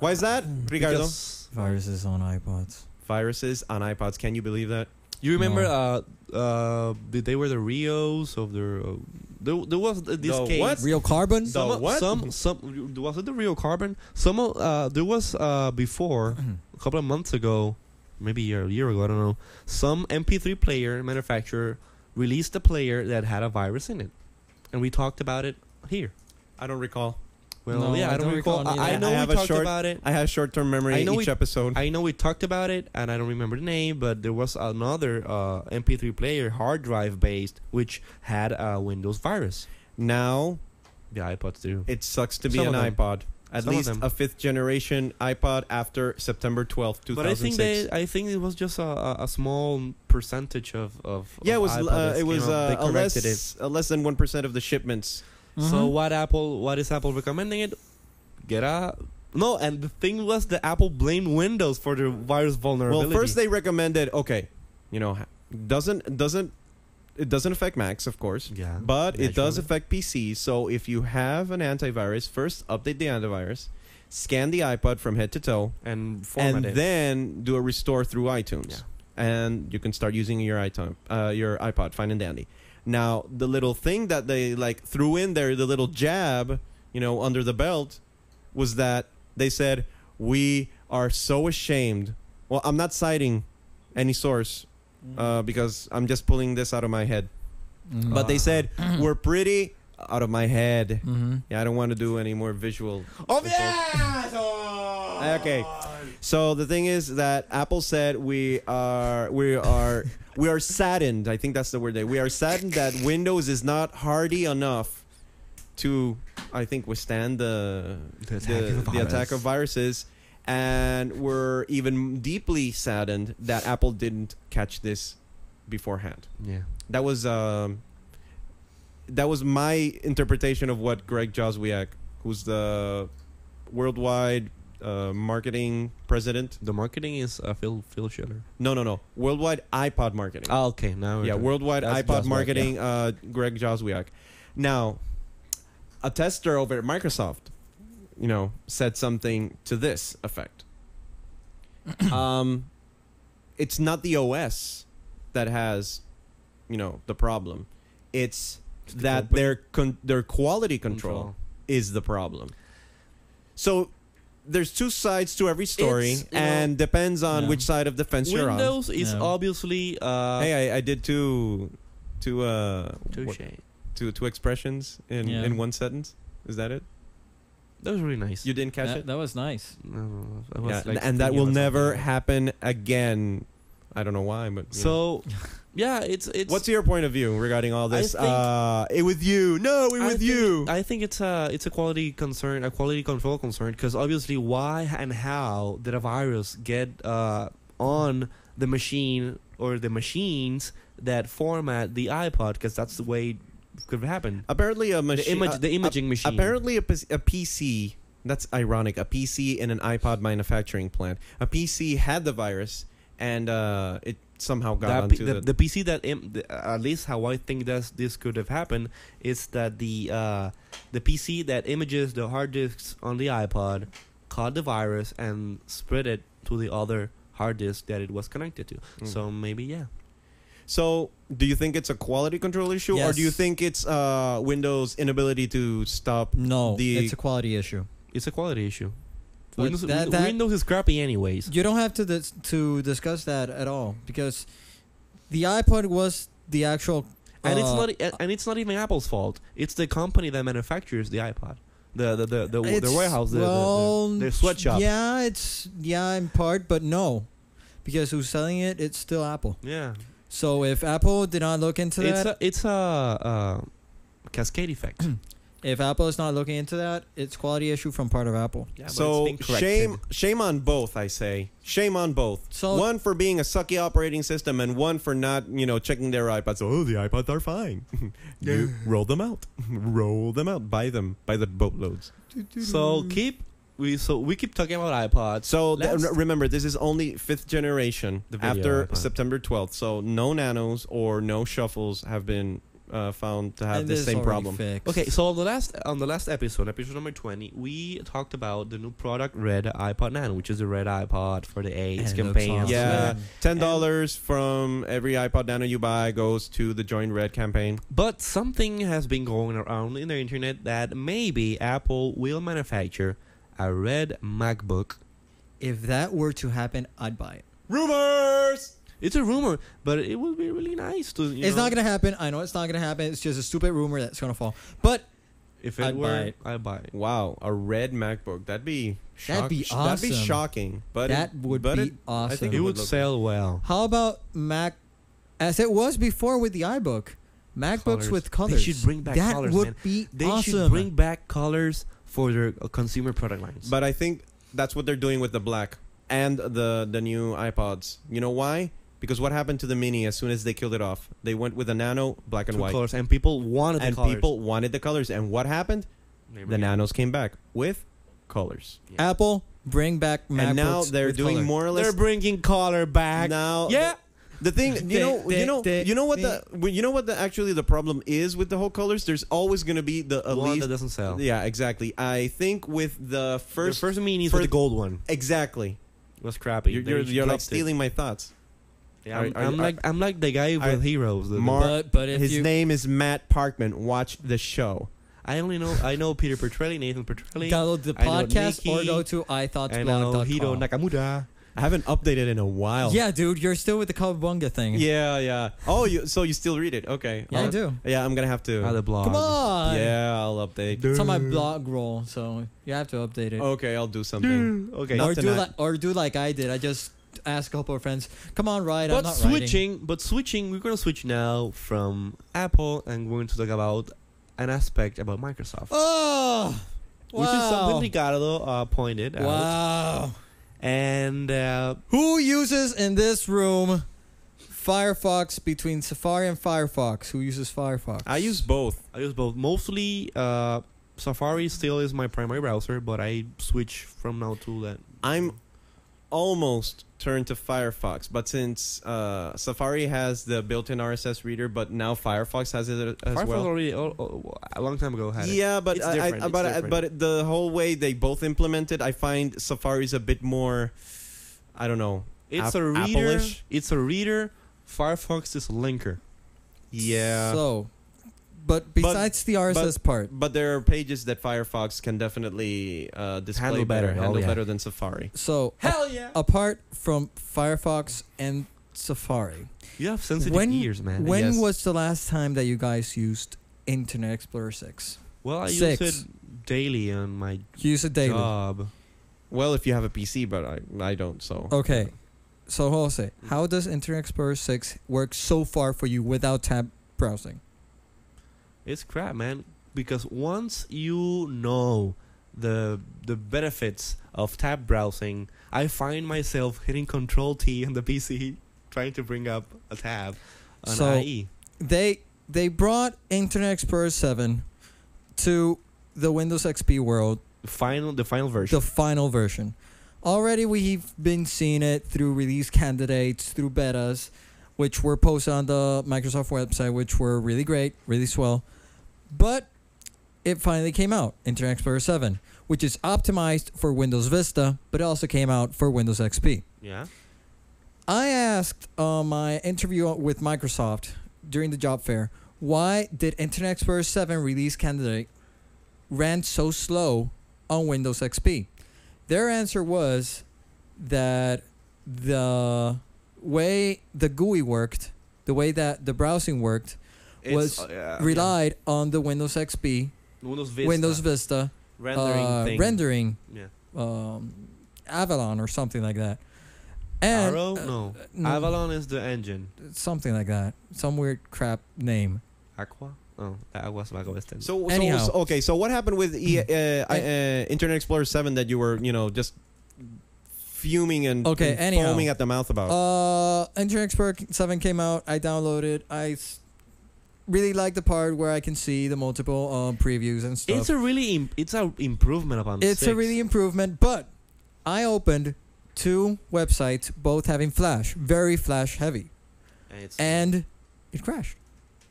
Speaker 2: Why is that, Ricardo?
Speaker 1: Uh, Because-
Speaker 5: Viruses on iPods.
Speaker 2: Viruses on iPods. Can you believe that?
Speaker 1: you remember
Speaker 5: No.
Speaker 1: uh uh th- they were the Rios of the uh, there, there was uh, this
Speaker 2: The
Speaker 1: case
Speaker 2: what?
Speaker 5: Real carbon?
Speaker 1: Some,
Speaker 2: The what?
Speaker 1: some some was it the Rio Carbon? Some uh there was uh before a couple of months ago, maybe a year, a year ago, I don't know. Some MP3 player manufacturer released a player that had a virus in it, and we talked about it here.
Speaker 2: I don't recall.
Speaker 1: Well,
Speaker 5: No,
Speaker 1: yeah, I don't, recall. I, I
Speaker 5: neither.
Speaker 1: know
Speaker 2: I have
Speaker 1: we
Speaker 2: a
Speaker 1: talked
Speaker 2: short-
Speaker 1: about it.
Speaker 2: I have short-term memory
Speaker 1: I know
Speaker 2: each
Speaker 1: we-
Speaker 2: episode.
Speaker 1: I know we talked about it, and I don't remember the name, but there was another uh, MP3 player, hard drive based, which had a Windows virus.
Speaker 2: now
Speaker 1: The iPods do.
Speaker 2: it sucks to be
Speaker 1: Some
Speaker 2: an
Speaker 1: of them.
Speaker 2: iPod. At
Speaker 1: Some of
Speaker 2: least
Speaker 1: them.
Speaker 2: a fifth generation iPod after September 12th, 2006.
Speaker 1: But I think they, I think it was just a, a, a small percentage of, of
Speaker 2: yeah, it
Speaker 1: of
Speaker 2: was
Speaker 1: iPod
Speaker 2: uh,
Speaker 1: that
Speaker 2: it
Speaker 1: came
Speaker 2: was
Speaker 1: out.
Speaker 2: uh,
Speaker 1: they
Speaker 2: a less
Speaker 1: corrected it.
Speaker 2: a less than 1% of the shipments.
Speaker 1: So what Apple? What is Apple recommending it? Get a no. And the thing was, the Apple blamed Windows for the virus vulnerability.
Speaker 2: Well, first they recommended okay, you know, ha- doesn't doesn't it doesn't affect Macs, of course,
Speaker 1: yeah,
Speaker 2: but it does
Speaker 1: Naturally.
Speaker 2: affect PCs. So if you have an antivirus, first update the antivirus, scan the iPod from head to toe,
Speaker 1: and format
Speaker 2: and
Speaker 1: it.
Speaker 2: then do a restore through iTunes.
Speaker 1: Yeah.
Speaker 2: And you can start using your iTunes, uh, your iPod, fine and dandy. Now the little thing that they like threw in there, the little jab, you know, under the belt, was that they said we are so ashamed. Well, I'm not citing any source uh, because I'm just pulling this out of my head. But
Speaker 1: Uh.
Speaker 2: they said we're pretty out of my head.
Speaker 5: Mm-hmm.
Speaker 2: Yeah, I don't want to do any more visual.
Speaker 1: Oh
Speaker 2: visual- Oh!
Speaker 1: Ah,
Speaker 2: Okay. So the thing is that Apple said we are we are we are saddened. I think that's the word. They we are saddened that Windows is not hardy enough to I think withstand the
Speaker 1: The attack of
Speaker 2: the attack
Speaker 1: virus.
Speaker 2: of viruses, and we're even deeply saddened that Apple didn't catch this beforehand.
Speaker 1: yeah.
Speaker 2: That was um, that was my interpretation of what Greg Joswiak, who's the worldwide uh, marketing president.
Speaker 1: The marketing is uh, Phil Phil Schiller.
Speaker 2: No, no, no. Worldwide iPod marketing.
Speaker 1: Oh, okay. Now we're
Speaker 2: yeah,
Speaker 1: done.
Speaker 2: worldwide
Speaker 1: That's
Speaker 2: iPod
Speaker 1: Joswiak,
Speaker 2: marketing. Uh, Greg Joswiak. Now, a tester over at Microsoft, you know, said something to this effect. um, it's not the OS that has, you know, the problem. It's
Speaker 1: It's the
Speaker 2: that
Speaker 1: company
Speaker 2: their con- their quality control, is the problem. So. There's two sides to every story,
Speaker 1: It's, you know-
Speaker 2: and depends on
Speaker 5: Yeah.
Speaker 2: which side of the fence you're on.
Speaker 1: Windows is
Speaker 5: Yeah.
Speaker 1: obviously uh,
Speaker 2: Hey, I, I did two, two, uh, what-
Speaker 1: touche.
Speaker 2: two, two expressions in
Speaker 5: Yeah.
Speaker 2: in one sentence. Is that it?
Speaker 1: That was really nice.
Speaker 2: You didn't catch it.
Speaker 5: That, that was nice.
Speaker 1: No, I was,
Speaker 2: Yeah,
Speaker 1: like,
Speaker 2: and that
Speaker 1: thinking
Speaker 2: will
Speaker 1: about
Speaker 2: never
Speaker 1: something.
Speaker 2: happen again. I don't know why, but you know.
Speaker 1: So, yeah, it's it's.
Speaker 2: What's your point of view regarding all
Speaker 1: I
Speaker 2: this?
Speaker 1: think-
Speaker 2: uh, it with you? No, it
Speaker 1: I
Speaker 2: with
Speaker 1: think-
Speaker 2: you.
Speaker 1: I think it's a it's a quality concern, a quality control concern, because obviously, why and how did a virus get uh, on the machine or the machines that format the iPod? Because that's the way it could happen.
Speaker 2: apparently, a uh,
Speaker 1: The
Speaker 2: machine.
Speaker 1: image, the imaging machine.
Speaker 2: Apparently, a, pis- a PC. That's ironic. A PC in an iPod manufacturing plant. A PC had the virus, and uh, it somehow got
Speaker 1: That P-
Speaker 2: onto
Speaker 1: the,
Speaker 2: the,
Speaker 1: the PC that im- the, uh, at least how I think that this could have happened is that the uh, the PC that images the hard disks on the iPod caught the virus and spread it to the other hard disk that it was connected to.
Speaker 2: Mm.
Speaker 1: So maybe yeah.
Speaker 2: So, do you think it's a quality control issue, or
Speaker 5: Yes.
Speaker 2: do you think it's uh, Windows' inability to stop?
Speaker 5: No,
Speaker 2: The-
Speaker 5: it's a quality issue.
Speaker 1: It's a quality issue.
Speaker 5: But
Speaker 1: Windows,
Speaker 5: that-
Speaker 1: Win-
Speaker 5: that-
Speaker 1: Windows is crappy anyways.
Speaker 5: You don't have to dis- to discuss that at all because the iPod was the actual.
Speaker 1: And
Speaker 5: uh,
Speaker 1: it's not e, and it's not even Apple's fault. It's the company that manufactures the iPod. The the the, the, the
Speaker 5: it's-
Speaker 1: warehouse, the, the- the-
Speaker 5: well,
Speaker 1: the, sweatshop. Yeah.
Speaker 5: Yeah, it's yeah in part, but no, because who's selling it? It's still Apple. So if Apple did not look into
Speaker 1: It's
Speaker 5: that,
Speaker 1: a, it's a uh, cascade effect.
Speaker 5: if Apple is not looking into that, it's quality issue from part of Apple.
Speaker 1: Yeah, but
Speaker 2: so
Speaker 1: it's been corrected.
Speaker 2: shame, shame on both. I say shame on both.
Speaker 5: So-
Speaker 2: one for being a sucky operating system, and one for not, you know, checking their iPods. Oh, the iPods are fine. you roll them out, roll them out, buy them, buy the boatloads.
Speaker 1: So keep we so we keep talking about iPods.
Speaker 2: Uh, So th-
Speaker 1: Let's-
Speaker 2: remember, this is only fifth generation
Speaker 1: The video
Speaker 2: after
Speaker 1: iPod.
Speaker 2: September 12th. So no nanos or no shuffles have been uh, found to have
Speaker 5: And
Speaker 2: the
Speaker 5: this is
Speaker 2: same
Speaker 5: already
Speaker 2: problem.
Speaker 5: fixed.
Speaker 1: Okay, so on the last on the last episode, episode number twenty, we talked about the new product Red iPod Nano, which is the Red iPod for the
Speaker 5: And
Speaker 1: AIDS
Speaker 5: it looks
Speaker 1: campaign.
Speaker 5: awesome.
Speaker 2: Yeah,
Speaker 5: And-
Speaker 2: ten dollars from every iPod Nano you buy goes to the Join Red campaign.
Speaker 1: But something has been going around in the internet that maybe Apple will manufacture a red MacBook.
Speaker 5: If that were to happen, I'd buy it.
Speaker 2: Rumors.
Speaker 1: It's a rumor, but it would be really nice to. You
Speaker 5: it's
Speaker 1: know,
Speaker 5: not gonna happen. I know it's not gonna happen. It's just a stupid rumor that's gonna fall. But
Speaker 1: If it
Speaker 5: I'd
Speaker 1: were,
Speaker 5: buy it.
Speaker 1: I'd buy it.
Speaker 2: Wow, a red MacBook. That'd be shock-
Speaker 5: That'd be
Speaker 2: That'd be
Speaker 5: awesome.
Speaker 2: shocking. But
Speaker 5: that
Speaker 2: it-
Speaker 5: would
Speaker 2: but
Speaker 5: be
Speaker 2: it-
Speaker 5: awesome.
Speaker 2: think
Speaker 1: It
Speaker 2: would
Speaker 1: would
Speaker 2: look-
Speaker 1: sell well.
Speaker 5: How about Mac, as it was before with the iBook, MacBooks
Speaker 1: Colours.
Speaker 5: with
Speaker 1: They
Speaker 5: colors.
Speaker 1: should bring back
Speaker 5: that
Speaker 1: colours,
Speaker 5: would
Speaker 1: man.
Speaker 5: be
Speaker 1: They
Speaker 5: awesome.
Speaker 1: should bring back colors for their uh, consumer product lines.
Speaker 2: But I think that's what they're doing with the black and the the new iPods. You know why? Because what happened to the Mini as soon as they killed it off? They went with the Nano black and
Speaker 1: True
Speaker 2: white,
Speaker 1: colors, and people wanted the
Speaker 2: and
Speaker 1: colors.
Speaker 2: people wanted the colors. And what happened?
Speaker 1: They
Speaker 2: The
Speaker 1: really-
Speaker 2: Nanos came back with colors,
Speaker 5: Apple bring back MacBooks.
Speaker 2: and now they're
Speaker 5: with
Speaker 2: doing
Speaker 5: colour.
Speaker 2: more or less
Speaker 1: They're bringing color back.
Speaker 2: now.
Speaker 1: yeah.
Speaker 2: The thing, you know,
Speaker 5: Tick,
Speaker 2: you know,
Speaker 5: tick,
Speaker 2: you know what the, well, you know what the actually the problem is with the whole colors. There's always going to be the
Speaker 1: The
Speaker 2: at
Speaker 1: one
Speaker 2: least,
Speaker 1: that doesn't sell.
Speaker 2: yeah, exactly. I think with the
Speaker 1: First,
Speaker 2: first,
Speaker 1: the first minis
Speaker 2: fir-
Speaker 1: with the gold one
Speaker 2: exactly,
Speaker 1: was crappy.
Speaker 2: you're
Speaker 1: They
Speaker 2: you're, you're like
Speaker 1: dropped it.
Speaker 2: stealing my thoughts.
Speaker 1: Yeah, I'm,
Speaker 2: Are- are-
Speaker 1: I'm like I'm like the guy with
Speaker 2: are-
Speaker 1: heroes. the- the-
Speaker 2: Mar-
Speaker 5: But but if
Speaker 2: His
Speaker 5: you
Speaker 2: name is Matt Parkman. Watch the show.
Speaker 1: I only know I know Peter Petrelli, Nathan Petrelli,
Speaker 5: download the
Speaker 1: I know
Speaker 5: podcast or
Speaker 1: Nikki,
Speaker 5: go to
Speaker 1: and I know Hiro
Speaker 5: ithoughtsblog.com.
Speaker 1: Nakamura.
Speaker 2: I haven't updated in a while.
Speaker 5: Yeah, dude, you're still with the Kawabunga thing.
Speaker 2: yeah, yeah. Oh, you so you still read it? Okay.
Speaker 5: Yeah, I
Speaker 2: I'll-
Speaker 5: do.
Speaker 2: Yeah, I'm gonna have to.
Speaker 1: Other blog.
Speaker 5: Come on.
Speaker 2: Yeah, I'll update.
Speaker 5: It's on my blog roll, so you have to update it.
Speaker 2: Okay, I'll do something.
Speaker 1: Okay.
Speaker 2: Not
Speaker 5: or do
Speaker 2: tonight.
Speaker 5: like or do like I did. I just asked a couple of friends, "Come on, ride." I'm
Speaker 1: But
Speaker 5: not
Speaker 1: switching, but switching, we're gonna switch now from Apple and we're going to talk about an aspect about Microsoft,
Speaker 5: Riding. Oh,
Speaker 1: which is something
Speaker 5: wow.
Speaker 1: Ricardo uh, pointed out,
Speaker 5: Wow.
Speaker 1: and uh,
Speaker 5: Who uses in this room Firefox between Safari and Firefox? Who uses Firefox?
Speaker 2: I use both.
Speaker 1: I use both. Mostly, uh, Safari still is my primary browser, but I switch from now to that.
Speaker 2: I'm almost turned to Firefox, but since uh, Safari has the built-in RSS reader, but now Firefox has it as
Speaker 1: Firefox
Speaker 2: well.
Speaker 1: already oh, oh, a long time ago had it.
Speaker 2: Yeah, but
Speaker 1: It's
Speaker 2: I,
Speaker 1: different,
Speaker 2: I,
Speaker 1: it's
Speaker 2: but I,
Speaker 1: different.
Speaker 2: but the whole way they both implemented, I find Safari's a bit more. I don't know.
Speaker 1: It's
Speaker 2: Ap-
Speaker 1: a reader.
Speaker 2: Apple-ish?
Speaker 1: It's a reader. Firefox is a linker.
Speaker 2: Yeah.
Speaker 5: So, but besides the RSS part,
Speaker 2: but there are pages that Firefox can definitely uh, display
Speaker 1: Handle better, oh,
Speaker 2: handle
Speaker 1: yeah.
Speaker 2: better than Safari.
Speaker 5: so
Speaker 1: Hell yeah!
Speaker 5: apart from Firefox and Safari,
Speaker 1: You have sensitive
Speaker 5: When-
Speaker 1: ears, man.
Speaker 5: when
Speaker 2: yes.
Speaker 5: was the last time that you guys used Internet Explorer 6?
Speaker 1: well, I
Speaker 5: Six.
Speaker 1: use it daily on my
Speaker 5: You use it daily.
Speaker 1: job.
Speaker 2: Well, if you have a PC, but I I don't. So
Speaker 5: Okay. So, Jose, how does Internet Explorer 6 work so far for you without tab browsing?
Speaker 1: It's crap, man. Because once you know the the benefits of tab browsing, I find myself hitting Control T on the PC, trying to bring up a tab on E.
Speaker 5: So-
Speaker 1: IE.
Speaker 5: they they brought Internet Explorer 7 to the Windows XP world,
Speaker 1: Final, the final version.
Speaker 5: the final version. Already we've been seeing it through release candidates, through betas, which were posted on the Microsoft website, which were really great, really swell. But it finally came out, Internet Explorer 7, which is optimized for Windows Vista, but it also came out for Windows XP.
Speaker 1: Yeah.
Speaker 5: I asked on my interview with Microsoft during the job fair, why did Internet Explorer 7 release candidate ran so slow on Windows XP? Their answer was that the way the GUI worked, the way that the browsing worked, was
Speaker 1: uh, yeah,
Speaker 5: relied on the Windows XP,
Speaker 1: yeah. Windows Vista.
Speaker 5: Windows Vista
Speaker 1: rendering
Speaker 5: uh,
Speaker 1: thing.
Speaker 5: rendering
Speaker 1: Yeah.
Speaker 5: um, Avalon or something like that. And,
Speaker 1: Arrow?
Speaker 5: uh,
Speaker 1: no.
Speaker 5: no.
Speaker 1: Avalon is the engine.
Speaker 5: something like that. Some weird crap name.
Speaker 1: Aqua? Oh, Aqua's Mago Western.
Speaker 2: So, so,
Speaker 5: Anyhow.
Speaker 2: so okay. So what happened with e, uh, I, uh, Internet Explorer Seven that you were you know just fuming and,
Speaker 5: Okay,
Speaker 2: and
Speaker 5: anyhow.
Speaker 2: foaming at the mouth about?
Speaker 5: Uh, Internet Explorer 7 came out. I downloaded. I s- really like the part where I can see the multiple um, previews and stuff.
Speaker 1: it's a really Im- it's a improvement upon.
Speaker 5: It's a
Speaker 1: six.
Speaker 5: really improvement, but I opened two websites, both having Flash, very Flash heavy,
Speaker 1: And it's,
Speaker 5: and it crashed.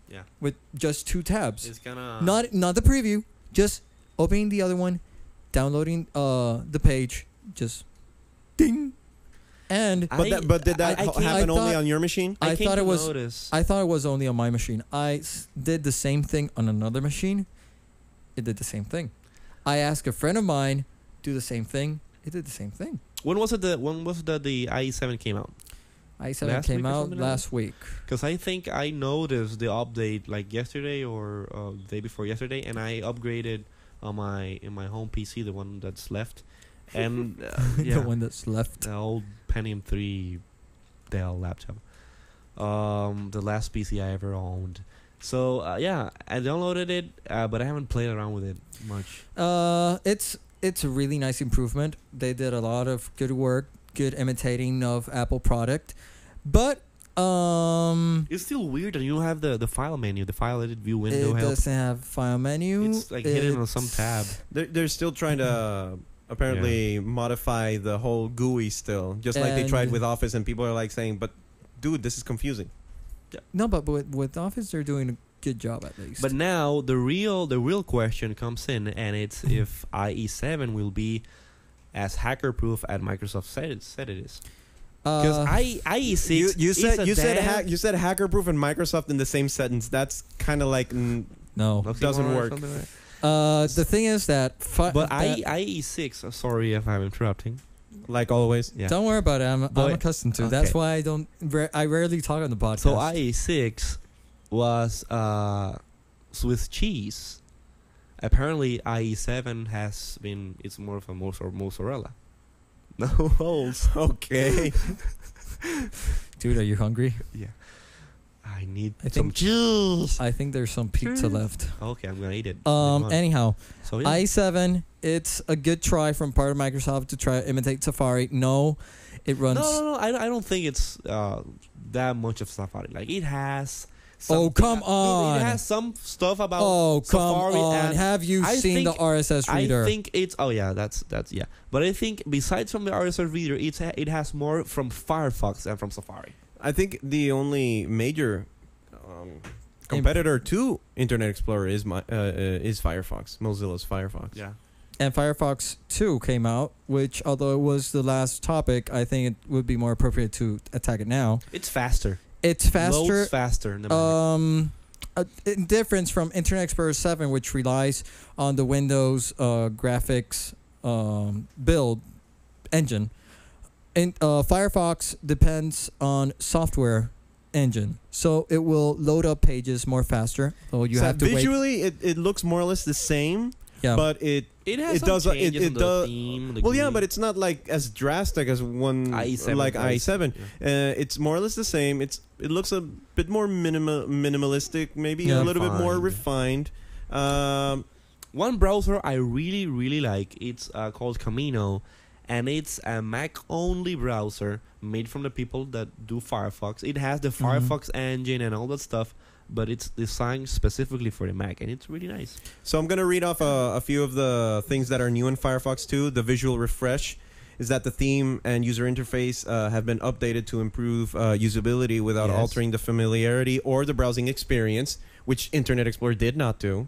Speaker 1: Yeah.
Speaker 5: With just two tabs.
Speaker 1: it's uh, gonna
Speaker 5: not not the preview just opening the other one downloading uh the page just ding and
Speaker 2: but
Speaker 1: I-
Speaker 2: that, but did that
Speaker 1: I- I
Speaker 2: ho-
Speaker 1: can't-
Speaker 2: happen
Speaker 5: I
Speaker 2: only
Speaker 5: thought-
Speaker 2: on your machine?
Speaker 5: I
Speaker 1: came
Speaker 5: thought
Speaker 1: to
Speaker 5: it was-
Speaker 1: Notice.
Speaker 5: i thought it was only on my machine i s- did the same thing on another machine it did the same thing i asked a friend of mine do the same thing it did the same thing
Speaker 1: when was it? The when was that the IE7 came out?
Speaker 5: i7
Speaker 1: Last
Speaker 5: came
Speaker 1: week or
Speaker 5: out
Speaker 1: something like
Speaker 5: last week
Speaker 1: Because I think I noticed the update like yesterday or uh, the day before yesterday, and I upgraded on my in my home PC the one that's left, and uh, yeah,
Speaker 5: the one that's left
Speaker 1: the old Pentium three Dell laptop, um, the last PC I ever owned. So uh, yeah, I downloaded it, uh, but I haven't played around with it much.
Speaker 5: Uh, it's it's a really nice improvement. They did a lot of good work, good imitating of Apple product, but um,
Speaker 1: It's still weird that you don't have the, the file menu, the file edit view window
Speaker 5: it
Speaker 1: help.
Speaker 5: doesn't have file menu.
Speaker 1: It's like hidden on some
Speaker 5: It's-
Speaker 1: tab.
Speaker 2: They're, they're still trying to
Speaker 5: Mm-hmm.
Speaker 2: apparently modify the whole GUI still, just like they
Speaker 5: And-
Speaker 2: tried with Office, and people are like saying, "But dude, this is confusing."
Speaker 5: No, but with, with Office, they're doing a good job at least.
Speaker 1: But now the real the real question comes in, and it's if IE7 will be as hacker proof as Microsoft said it, said it is. Because
Speaker 5: uh,
Speaker 1: IE, IE6
Speaker 2: You, you
Speaker 1: is
Speaker 2: said
Speaker 1: a
Speaker 2: you said
Speaker 1: damn-
Speaker 2: hack, you said hacker proof and Microsoft in the same sentence. That's kind of like mm,
Speaker 5: no.
Speaker 1: Oxymoron
Speaker 2: doesn't
Speaker 1: or
Speaker 2: work.
Speaker 1: something like
Speaker 5: Uh, the thing is that fi-
Speaker 1: that. But
Speaker 5: that-
Speaker 1: I IE6, uh, sorry if I'm interrupting.
Speaker 2: like always.
Speaker 1: yeah.
Speaker 5: don't worry about it. I'm, I'm
Speaker 1: But-
Speaker 5: accustomed to. it. That's
Speaker 1: okay.
Speaker 5: why I don't. Ra- I rarely talk on the podcast.
Speaker 1: So IE6 was uh, Swiss cheese. Apparently, IE7 has been it's more of a mozzar- mozzarella. No holes.
Speaker 2: Okay.
Speaker 5: dude, are you hungry?
Speaker 1: Yeah. I need
Speaker 5: I
Speaker 1: some
Speaker 5: think-
Speaker 1: juice.
Speaker 5: I think there's some pizza left.
Speaker 1: Oh, Okay, I'm gonna eat it. Come
Speaker 5: Um,
Speaker 1: on.
Speaker 5: anyhow,
Speaker 1: so yeah.
Speaker 5: i7 it's a good try from part of microsoft to try to imitate safari no it
Speaker 1: no,
Speaker 5: runs
Speaker 1: no, no. I, I don't think it's uh, that much of Safari. Like it has. Some,
Speaker 5: Oh, come
Speaker 1: Dude,
Speaker 5: on.
Speaker 1: It has some stuff about.
Speaker 5: oh come
Speaker 1: Safari
Speaker 5: on
Speaker 1: and-
Speaker 5: have you
Speaker 1: I
Speaker 5: seen the
Speaker 1: think-
Speaker 5: rss
Speaker 1: I
Speaker 5: reader
Speaker 1: think it's. Oh yeah, that's that's yeah. But I think besides from the RSS reader, it's ha- it has more from Firefox and from Safari.
Speaker 2: I think the only major um, competitor to Internet Explorer is my, uh, uh, is Firefox, Mozilla's Firefox.
Speaker 1: Yeah.
Speaker 5: and firefox 2 came out which although it was the last topic i think it would be more appropriate to attack it now
Speaker 1: It's faster.
Speaker 5: it's faster
Speaker 1: Loads faster. than Mac.
Speaker 5: um a a difference from Internet Explorer 7 which relies on the Windows uh, graphics um, build engine and uh, Firefox depends on software engine so it will load up pages more faster so you
Speaker 2: So
Speaker 5: have to wait
Speaker 2: visually, it, it looks more or less the same,
Speaker 5: yeah
Speaker 2: but it
Speaker 1: it has
Speaker 2: it
Speaker 1: some
Speaker 2: does, uh, it-
Speaker 1: changes
Speaker 2: it
Speaker 1: in the
Speaker 2: does-
Speaker 1: theme, the
Speaker 2: well, yeah,
Speaker 1: GUI.
Speaker 2: but it's not like as drastic as one
Speaker 1: IE7
Speaker 2: like
Speaker 1: does.
Speaker 2: i7.
Speaker 1: Yeah.
Speaker 2: Uh, it's more or less the same. It's it looks a bit more minimal, minimalistic, maybe a
Speaker 5: Yeah.
Speaker 2: little bit more
Speaker 1: Refined.
Speaker 2: refined. Um,
Speaker 1: One browser I really, really like. It's uh, called Camino, and it's a Mac-only browser made from the people that do Firefox. It has the Firefox engine and all that stuff, but it's designed specifically for the Mac, and it's really nice.
Speaker 2: so I'm gonna read off a, a few of the things that are new in Firefox 2. The visual refresh. is that the theme and user interface uh, have been updated to improve uh, usability without
Speaker 1: Yes.
Speaker 2: altering the familiarity or the browsing experience, which Internet Explorer did not do.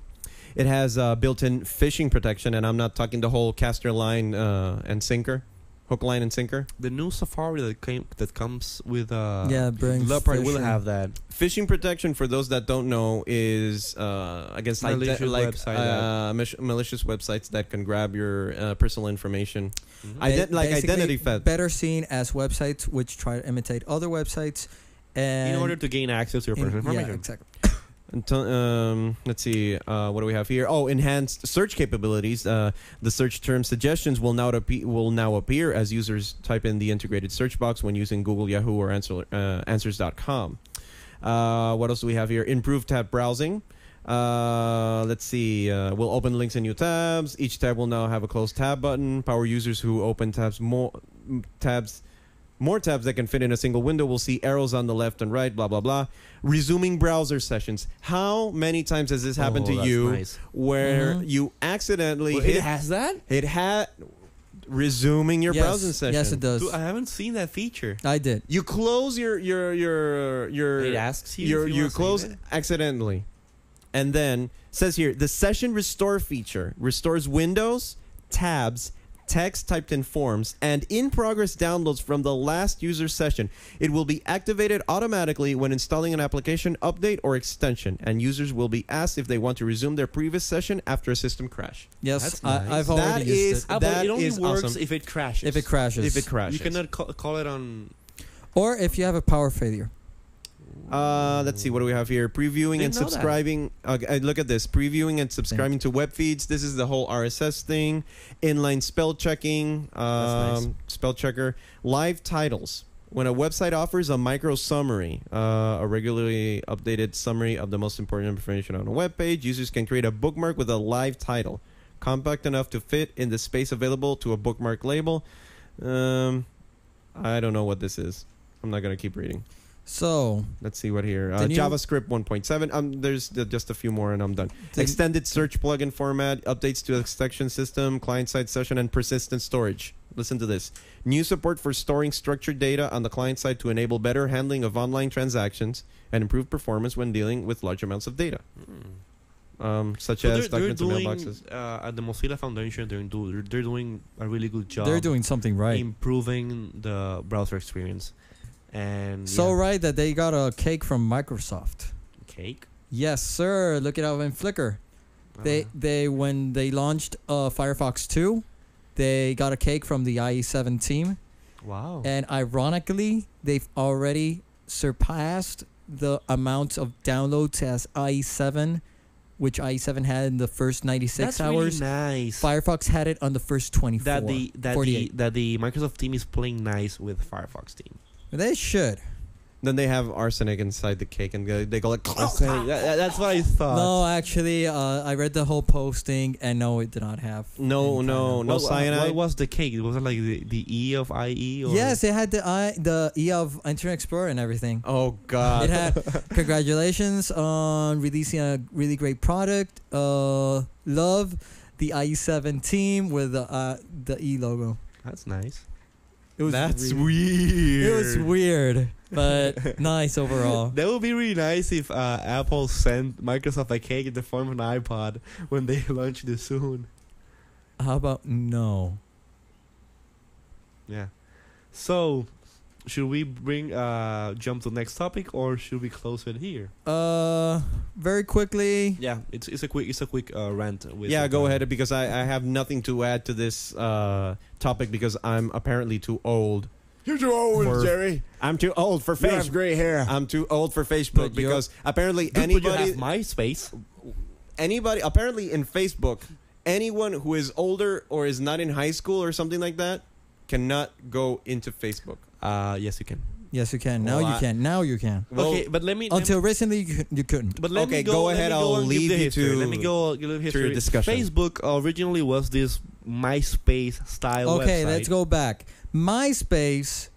Speaker 2: It has uh, built-in phishing protection, and I'm not talking the whole caster line uh, and sinker, hook line and sinker.
Speaker 1: The new Safari that came that comes with uh
Speaker 5: yeah, brings
Speaker 1: Leopard will
Speaker 5: fishing.
Speaker 1: have that.
Speaker 2: Phishing protection, for those that don't know, is uh, against like,
Speaker 1: Malicious
Speaker 2: like
Speaker 1: website
Speaker 2: uh, mis- malicious websites that can grab your uh, personal information.
Speaker 1: Mhm.
Speaker 2: Ident-
Speaker 5: Mm-hmm. Ba-
Speaker 2: like
Speaker 5: basically,
Speaker 2: identity theft.
Speaker 5: Better seen as websites which try to imitate other websites.
Speaker 1: in
Speaker 5: And
Speaker 1: order to gain access to your
Speaker 5: in-
Speaker 1: personal
Speaker 5: yeah,
Speaker 1: information.
Speaker 5: exactly.
Speaker 2: Until, um, let's see, uh, what do we have here? Oh, enhanced search capabilities. Uh, the search term suggestions will now appe- will now appear as users type in the integrated search box when using Google, Yahoo, or answer, uh, Answers.com. Uh, what else do we have here? Improved tab browsing. Uh, let's see. Uh, we'll open links in new tabs. Each tab will now have a closed tab button. Power users who open tabs more tabs more tabs that can fit in a single window will see arrows on the left and right. Blah blah blah. Resuming browser sessions. How many times has this happened
Speaker 1: Oh,
Speaker 2: to
Speaker 1: that's
Speaker 2: you
Speaker 1: nice.
Speaker 2: where
Speaker 5: Mhm.
Speaker 2: you accidentally
Speaker 1: Well,
Speaker 2: hit
Speaker 1: Mm-hmm. it has that?
Speaker 2: it had resuming your
Speaker 5: yes,
Speaker 2: browsing session.
Speaker 5: Yes, it does.
Speaker 1: Dude, I haven't seen that feature.
Speaker 5: I did.
Speaker 2: You close your your your your
Speaker 1: It asks you.
Speaker 2: your
Speaker 1: if you,
Speaker 2: you
Speaker 1: wanna save
Speaker 2: close
Speaker 1: it.
Speaker 2: accidentally, and then says here the session restore feature restores windows, tabs, text typed in forms, and in progress downloads from the last user session. It will be activated automatically when installing an application update or extension, and users will be asked if they want to resume their previous session after a system crash.
Speaker 5: Yes,
Speaker 1: That's nice.
Speaker 5: I, I've
Speaker 2: That
Speaker 5: already used
Speaker 2: is-
Speaker 5: it.
Speaker 1: Ah, but
Speaker 2: That
Speaker 1: it only
Speaker 2: is
Speaker 1: works
Speaker 2: awesome.
Speaker 1: if it crashes.
Speaker 5: If it crashes,
Speaker 2: If it crashes,
Speaker 1: You cannot ca- call it on
Speaker 5: or if you have a power failure.
Speaker 2: Uh, let's see what do we have here. Previewing and
Speaker 1: Didn't know that.
Speaker 2: subscribing. Okay, uh, look at this. Previewing and subscribing to web feeds. This is the whole RSS thing. Inline spell checking. Um,
Speaker 1: nice.
Speaker 2: Spell checker. Live titles. When a website offers a micro summary, uh, a regularly updated summary of the most important information on a web page, users can create a bookmark with a live title, compact enough to fit in the space available to a bookmark label. Um, I don't know what this is. I'm not gonna keep reading.
Speaker 5: So
Speaker 2: Let's see what here. Uh,
Speaker 5: The new-
Speaker 2: JavaScript 1.7. Um, there's uh, just a few more, and I'm done.
Speaker 5: The-
Speaker 2: Extended search plugin format, updates to the extension system, client-side session, and persistent storage. Listen to this. New support for storing structured data on the client side to enable better handling of online transactions and improve performance when dealing with large amounts of data, um, such
Speaker 1: So
Speaker 2: as
Speaker 1: they're, they're
Speaker 2: documents and
Speaker 1: doing
Speaker 2: mailboxes.
Speaker 1: uh, at the Mozilla Foundation. They're, do, they're- they're doing a really good job.
Speaker 5: they're doing something right.
Speaker 1: improving the browser experience. And
Speaker 5: So
Speaker 1: yeah,
Speaker 5: right that they got a cake from Microsoft.
Speaker 1: cake.
Speaker 5: Yes, sir. Look it up in Flickr. They
Speaker 1: Uh,
Speaker 5: they when they launched uh, Firefox 2, they got a cake from the IE7 team,
Speaker 1: wow.
Speaker 5: and ironically, they've already surpassed the amount of downloads as IE7, which IE7 had in the first 96
Speaker 1: That's
Speaker 5: hours.
Speaker 1: really nice.
Speaker 5: Firefox had it on the first 24.
Speaker 1: that the that
Speaker 5: 48.
Speaker 1: the that the Microsoft team is playing nice with Firefox team.
Speaker 5: they should.
Speaker 2: Then they have arsenic inside the cake, and they, they go like.
Speaker 1: That's
Speaker 5: Ah.
Speaker 1: what I- that's what I thought.
Speaker 5: no, actually, uh, I read the whole posting, and no, it did not have.
Speaker 2: No,
Speaker 5: any
Speaker 2: no,
Speaker 5: cyanide.
Speaker 2: no
Speaker 1: What- what-
Speaker 2: cyanide.
Speaker 1: What was the cake? Was it like the, the E of IE? Or
Speaker 5: Yes, it had the I, the E of Internet Explorer and everything.
Speaker 2: Oh God.
Speaker 5: It had congratulations on releasing a really great product. Uh, love the IE7 team with the uh, the E logo.
Speaker 1: That's nice.
Speaker 5: It was
Speaker 2: That's
Speaker 5: weird.
Speaker 2: weird.
Speaker 5: It was weird, but nice overall.
Speaker 1: That would be really nice if uh, Apple sent Microsoft a cake in the form of an iPod when they launch this soon.
Speaker 5: How about no?
Speaker 1: Yeah. So, should we bring uh jump to the next topic or should we close it here?
Speaker 5: Uh, very quickly.
Speaker 1: Yeah, it's it's a quick it's a quick uh, rant. With
Speaker 2: yeah,
Speaker 1: with,
Speaker 2: go
Speaker 1: uh,
Speaker 2: ahead because I, I have nothing to add to this uh, topic because I'm apparently too old.
Speaker 4: You're too old,
Speaker 2: For-
Speaker 4: Jerry.
Speaker 2: I'm too old for
Speaker 4: You have
Speaker 2: Facebook.
Speaker 4: gray hair.
Speaker 2: I'm too old for Facebook
Speaker 5: But you're-
Speaker 2: because apparently
Speaker 1: Dude, but you
Speaker 2: anybody
Speaker 1: have MySpace.
Speaker 2: anybody apparently in Facebook anyone who is older or is not in high school or something like that cannot go into Facebook.
Speaker 1: Uh, yes, you can.
Speaker 5: Yes, you can. Now
Speaker 2: Well,
Speaker 5: you
Speaker 2: I-
Speaker 5: can. Now you can.
Speaker 2: Well,
Speaker 1: okay, but let me let me-
Speaker 5: Until recently, you, cou- you couldn't.
Speaker 1: But let
Speaker 2: Okay,
Speaker 1: me go,
Speaker 2: go
Speaker 1: let me
Speaker 2: ahead,
Speaker 1: go
Speaker 2: I'll
Speaker 1: and give
Speaker 2: leave
Speaker 1: the
Speaker 2: you
Speaker 1: history.
Speaker 2: to-
Speaker 1: let me go give the history.
Speaker 2: discussion.
Speaker 1: Facebook originally was this MySpace style
Speaker 5: Okay,
Speaker 1: website.
Speaker 5: let's go back. MySpace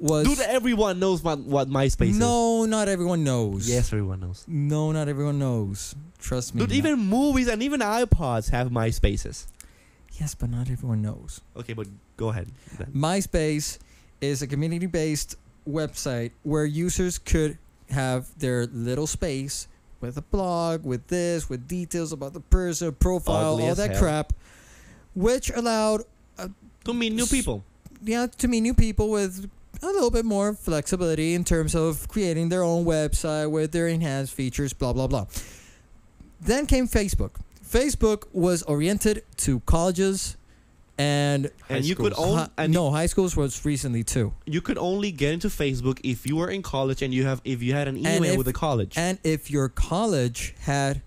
Speaker 5: was
Speaker 1: Dude, everyone knows what what MySpace is.
Speaker 5: no, not everyone knows.
Speaker 1: Yes, everyone knows.
Speaker 5: No, not everyone knows. Trust me.
Speaker 1: Dude, even movies and even iPods have MySpaces.
Speaker 5: Yes, but not everyone knows.
Speaker 1: Okay, but go ahead. then.
Speaker 5: MySpace is a community based website where users could have their little space with a blog, with this, with details about the person, profile,
Speaker 1: Ugly
Speaker 5: all
Speaker 1: as
Speaker 5: that
Speaker 1: hell.
Speaker 5: crap, which allowed
Speaker 1: To meet new
Speaker 5: S-
Speaker 1: people.
Speaker 5: yeah, to meet new people with a little bit more flexibility in terms of creating their own website with their enhanced features, blah, blah, blah. Then came Facebook. Facebook was oriented to colleges and
Speaker 1: And you could
Speaker 5: hi-
Speaker 1: own and
Speaker 5: no high schools was recently too.
Speaker 1: you could only get into Facebook if you were in college and you have if you had an
Speaker 5: And
Speaker 1: email
Speaker 5: if-
Speaker 1: with the college.
Speaker 5: And if your college had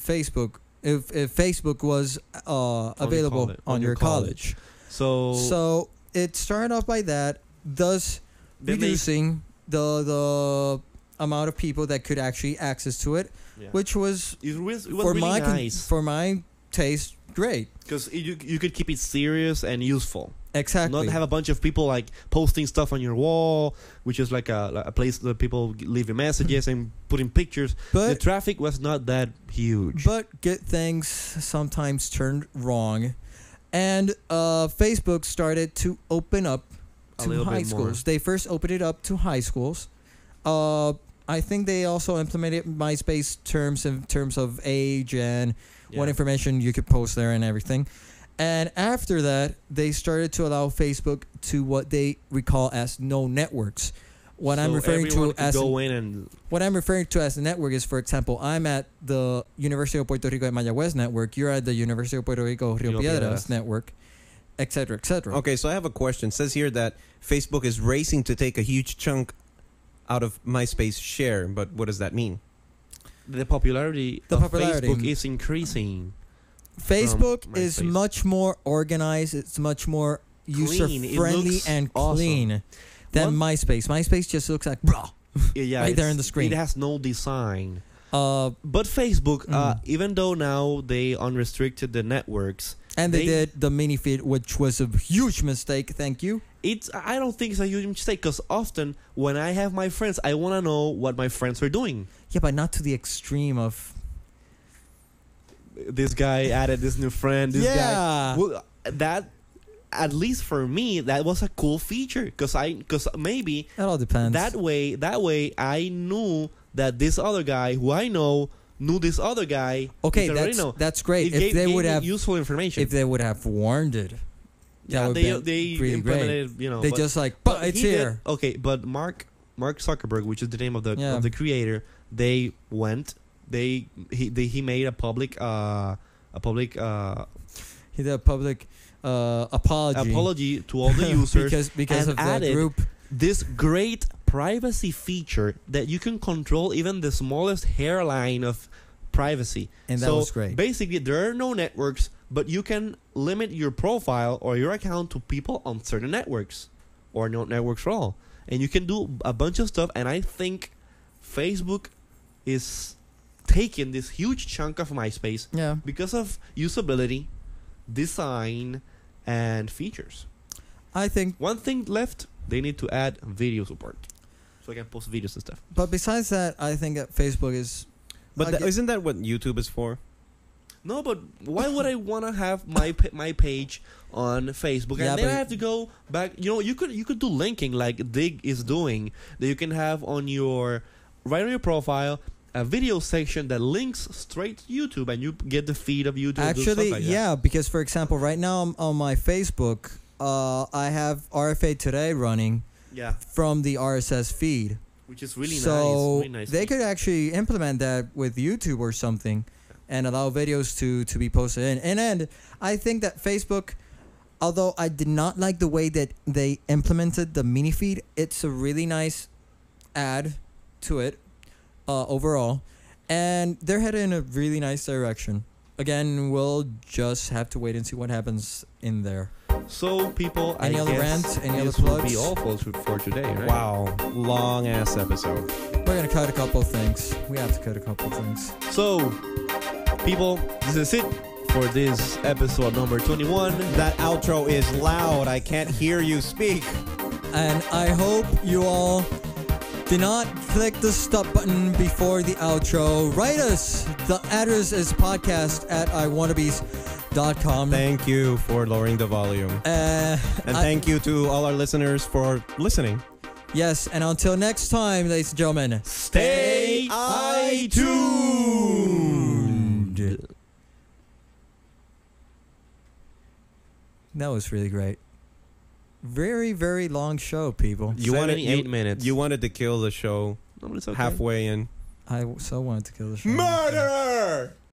Speaker 5: Facebook, if, if Facebook was uh, available
Speaker 1: colle-
Speaker 5: on, your college.
Speaker 1: so
Speaker 5: So it started off by that, thus
Speaker 1: Then they-
Speaker 5: reducing the the amount of people that could actually access to it,
Speaker 1: yeah.
Speaker 5: which was,
Speaker 1: it was, it was
Speaker 5: for
Speaker 1: really
Speaker 5: my con-
Speaker 1: nice
Speaker 5: for my taste great.
Speaker 1: because you you could keep it serious and useful.
Speaker 5: Exactly.
Speaker 1: Not have a bunch of people like posting stuff on your wall, which is like a, like a place that people g- leave you messages and putting pictures. the
Speaker 5: but
Speaker 1: traffic was not that huge.
Speaker 5: but good things sometimes turned wrong, and uh, Facebook started to open up
Speaker 1: A
Speaker 5: to
Speaker 1: little
Speaker 5: high
Speaker 1: bit more.
Speaker 5: schools. They first opened it up to high schools. Uh, I think they also implemented MySpace terms in terms of age and what
Speaker 1: Yeah.
Speaker 5: information you could post there and everything. And after that, they started to allow Facebook to what they recall as no networks. What I'm
Speaker 1: So
Speaker 5: referring
Speaker 1: everyone
Speaker 5: to
Speaker 1: could
Speaker 5: as
Speaker 1: go in and
Speaker 5: what I'm referring to as a network is, for example, I'm at the University of Puerto Rico at Mayagüez network. You're at the University of Puerto Rico Rio,
Speaker 1: Rio
Speaker 5: Piedras,
Speaker 1: Piedras.
Speaker 5: network, et cetera, et cetera.
Speaker 2: Okay, so I have a question. It says here that Facebook is racing to take a huge chunk out of MySpace share, but what does that mean?
Speaker 1: the popularity
Speaker 5: The
Speaker 1: of
Speaker 5: popularity.
Speaker 1: Facebook is increasing.
Speaker 5: Facebook
Speaker 1: from
Speaker 5: is
Speaker 1: MySpace.
Speaker 5: much more organized. It's much more user
Speaker 1: Clean. It
Speaker 5: friendly
Speaker 1: looks
Speaker 5: and
Speaker 1: awesome.
Speaker 5: clean than MySpace. MySpace just looks like bro.
Speaker 1: Yeah, yeah,
Speaker 5: Right there
Speaker 1: it's-
Speaker 5: on the screen.
Speaker 1: It has no design.
Speaker 5: Uh,
Speaker 1: But Facebook, uh,
Speaker 5: Mhm.
Speaker 1: even though now they unrestricted the networks,
Speaker 5: and they,
Speaker 1: They-
Speaker 5: did the mini feed, which was a huge mistake. Thank you.
Speaker 1: it's I don't think it's a huge mistake because often when I have my friends, I want to know what my friends are doing.
Speaker 5: Yeah, but not to the extreme of
Speaker 1: This guy added this new friend. This guy.
Speaker 5: yeah.
Speaker 1: Well, that at least for me, that was a cool feature because I because maybe
Speaker 5: It all depends.
Speaker 1: that way that way I knew that this other guy who I know knew this other guy.
Speaker 5: okay,
Speaker 1: Mr.
Speaker 5: that's
Speaker 1: Reno.
Speaker 5: that's great.
Speaker 1: It
Speaker 5: if
Speaker 1: gave-
Speaker 5: they
Speaker 1: gave
Speaker 5: would
Speaker 1: me
Speaker 5: have,
Speaker 1: useful information.
Speaker 5: if they would have warned it, that
Speaker 1: yeah,
Speaker 5: would
Speaker 1: Uh, they
Speaker 5: have
Speaker 1: they
Speaker 5: been really great.
Speaker 1: implemented you know
Speaker 5: They
Speaker 1: but-
Speaker 5: just like,
Speaker 1: But
Speaker 5: but it's
Speaker 1: he did-
Speaker 5: here.
Speaker 1: okay, but Mark Mark Zuckerberg, which is the name of the
Speaker 5: Yeah.
Speaker 1: of the creator, they went. They he they, he made a public uh a public uh
Speaker 5: He did a public uh, apology,
Speaker 1: apology to all the users.
Speaker 5: because because
Speaker 1: and
Speaker 5: of that
Speaker 1: added
Speaker 5: group.
Speaker 1: this great privacy feature that you can control even the smallest hairline of privacy.
Speaker 5: And that
Speaker 1: so
Speaker 5: was great.
Speaker 1: Basically, there are no networks, but you can limit your profile or your account to people on certain networks or no networks at all. And you can do a bunch of stuff. And I think Facebook is taking this huge chunk of MySpace
Speaker 5: yeah.
Speaker 1: because of usability, design, and features.
Speaker 5: I think
Speaker 1: One thing left, they need to add video support. So I can post videos and stuff.
Speaker 5: But besides that, I think that Facebook is.
Speaker 2: But
Speaker 5: I
Speaker 2: tha-
Speaker 5: get-
Speaker 2: isn't that what YouTube is for?
Speaker 1: No, but why would I want to have my pa- my page on Facebook?
Speaker 5: Yeah,
Speaker 1: and then
Speaker 5: but-
Speaker 1: I have to go back. You know, you could you could do linking like Dig is doing that you can have on your right on your profile a video section that links straight to YouTube and you get the feed of YouTube. and do stuff
Speaker 5: Actually,
Speaker 1: like that.
Speaker 5: yeah, because for example, right now I'm on my Facebook, uh, I have RFA Today running
Speaker 1: yeah,
Speaker 5: from the RSS feed.
Speaker 1: which is really
Speaker 5: so
Speaker 1: nice. Really nice
Speaker 5: they
Speaker 1: feature.
Speaker 5: could actually implement that with YouTube or something, and allow videos to to be posted in. And and I think that Facebook, although I did not like the way that they implemented the mini feed, it's a really nice add to it uh, overall, and they're headed in a really nice direction. Again, we'll just have to wait and see what happens in there.
Speaker 1: So people,
Speaker 5: Any
Speaker 1: I
Speaker 5: other
Speaker 1: guess
Speaker 5: rant? Any other
Speaker 1: this will
Speaker 5: plugs?
Speaker 1: be all for, for today. Right?
Speaker 2: Wow, long ass episode.
Speaker 5: We're gonna cut a couple of things. We have to cut a couple of things.
Speaker 1: So, people, this is it for this episode number 21.
Speaker 2: That outro is loud. I can't hear you speak.
Speaker 5: and I hope you all did not click the stop button before the outro. Write us. The address is podcast at iwannabes.com. podcast.com.
Speaker 2: Thank you for lowering the volume.
Speaker 5: Uh,
Speaker 2: And
Speaker 5: I-
Speaker 2: thank you to all our listeners for listening.
Speaker 5: yes, and until next time, ladies and gentlemen,
Speaker 1: Stay
Speaker 5: iTuned. That was really great. Very, very long show, people.
Speaker 2: You wanted
Speaker 1: eight
Speaker 2: you,
Speaker 1: minutes.
Speaker 2: you wanted to kill the show
Speaker 1: No, but it's okay.
Speaker 2: halfway in.
Speaker 5: I so wanted to kill the show.
Speaker 2: Murder!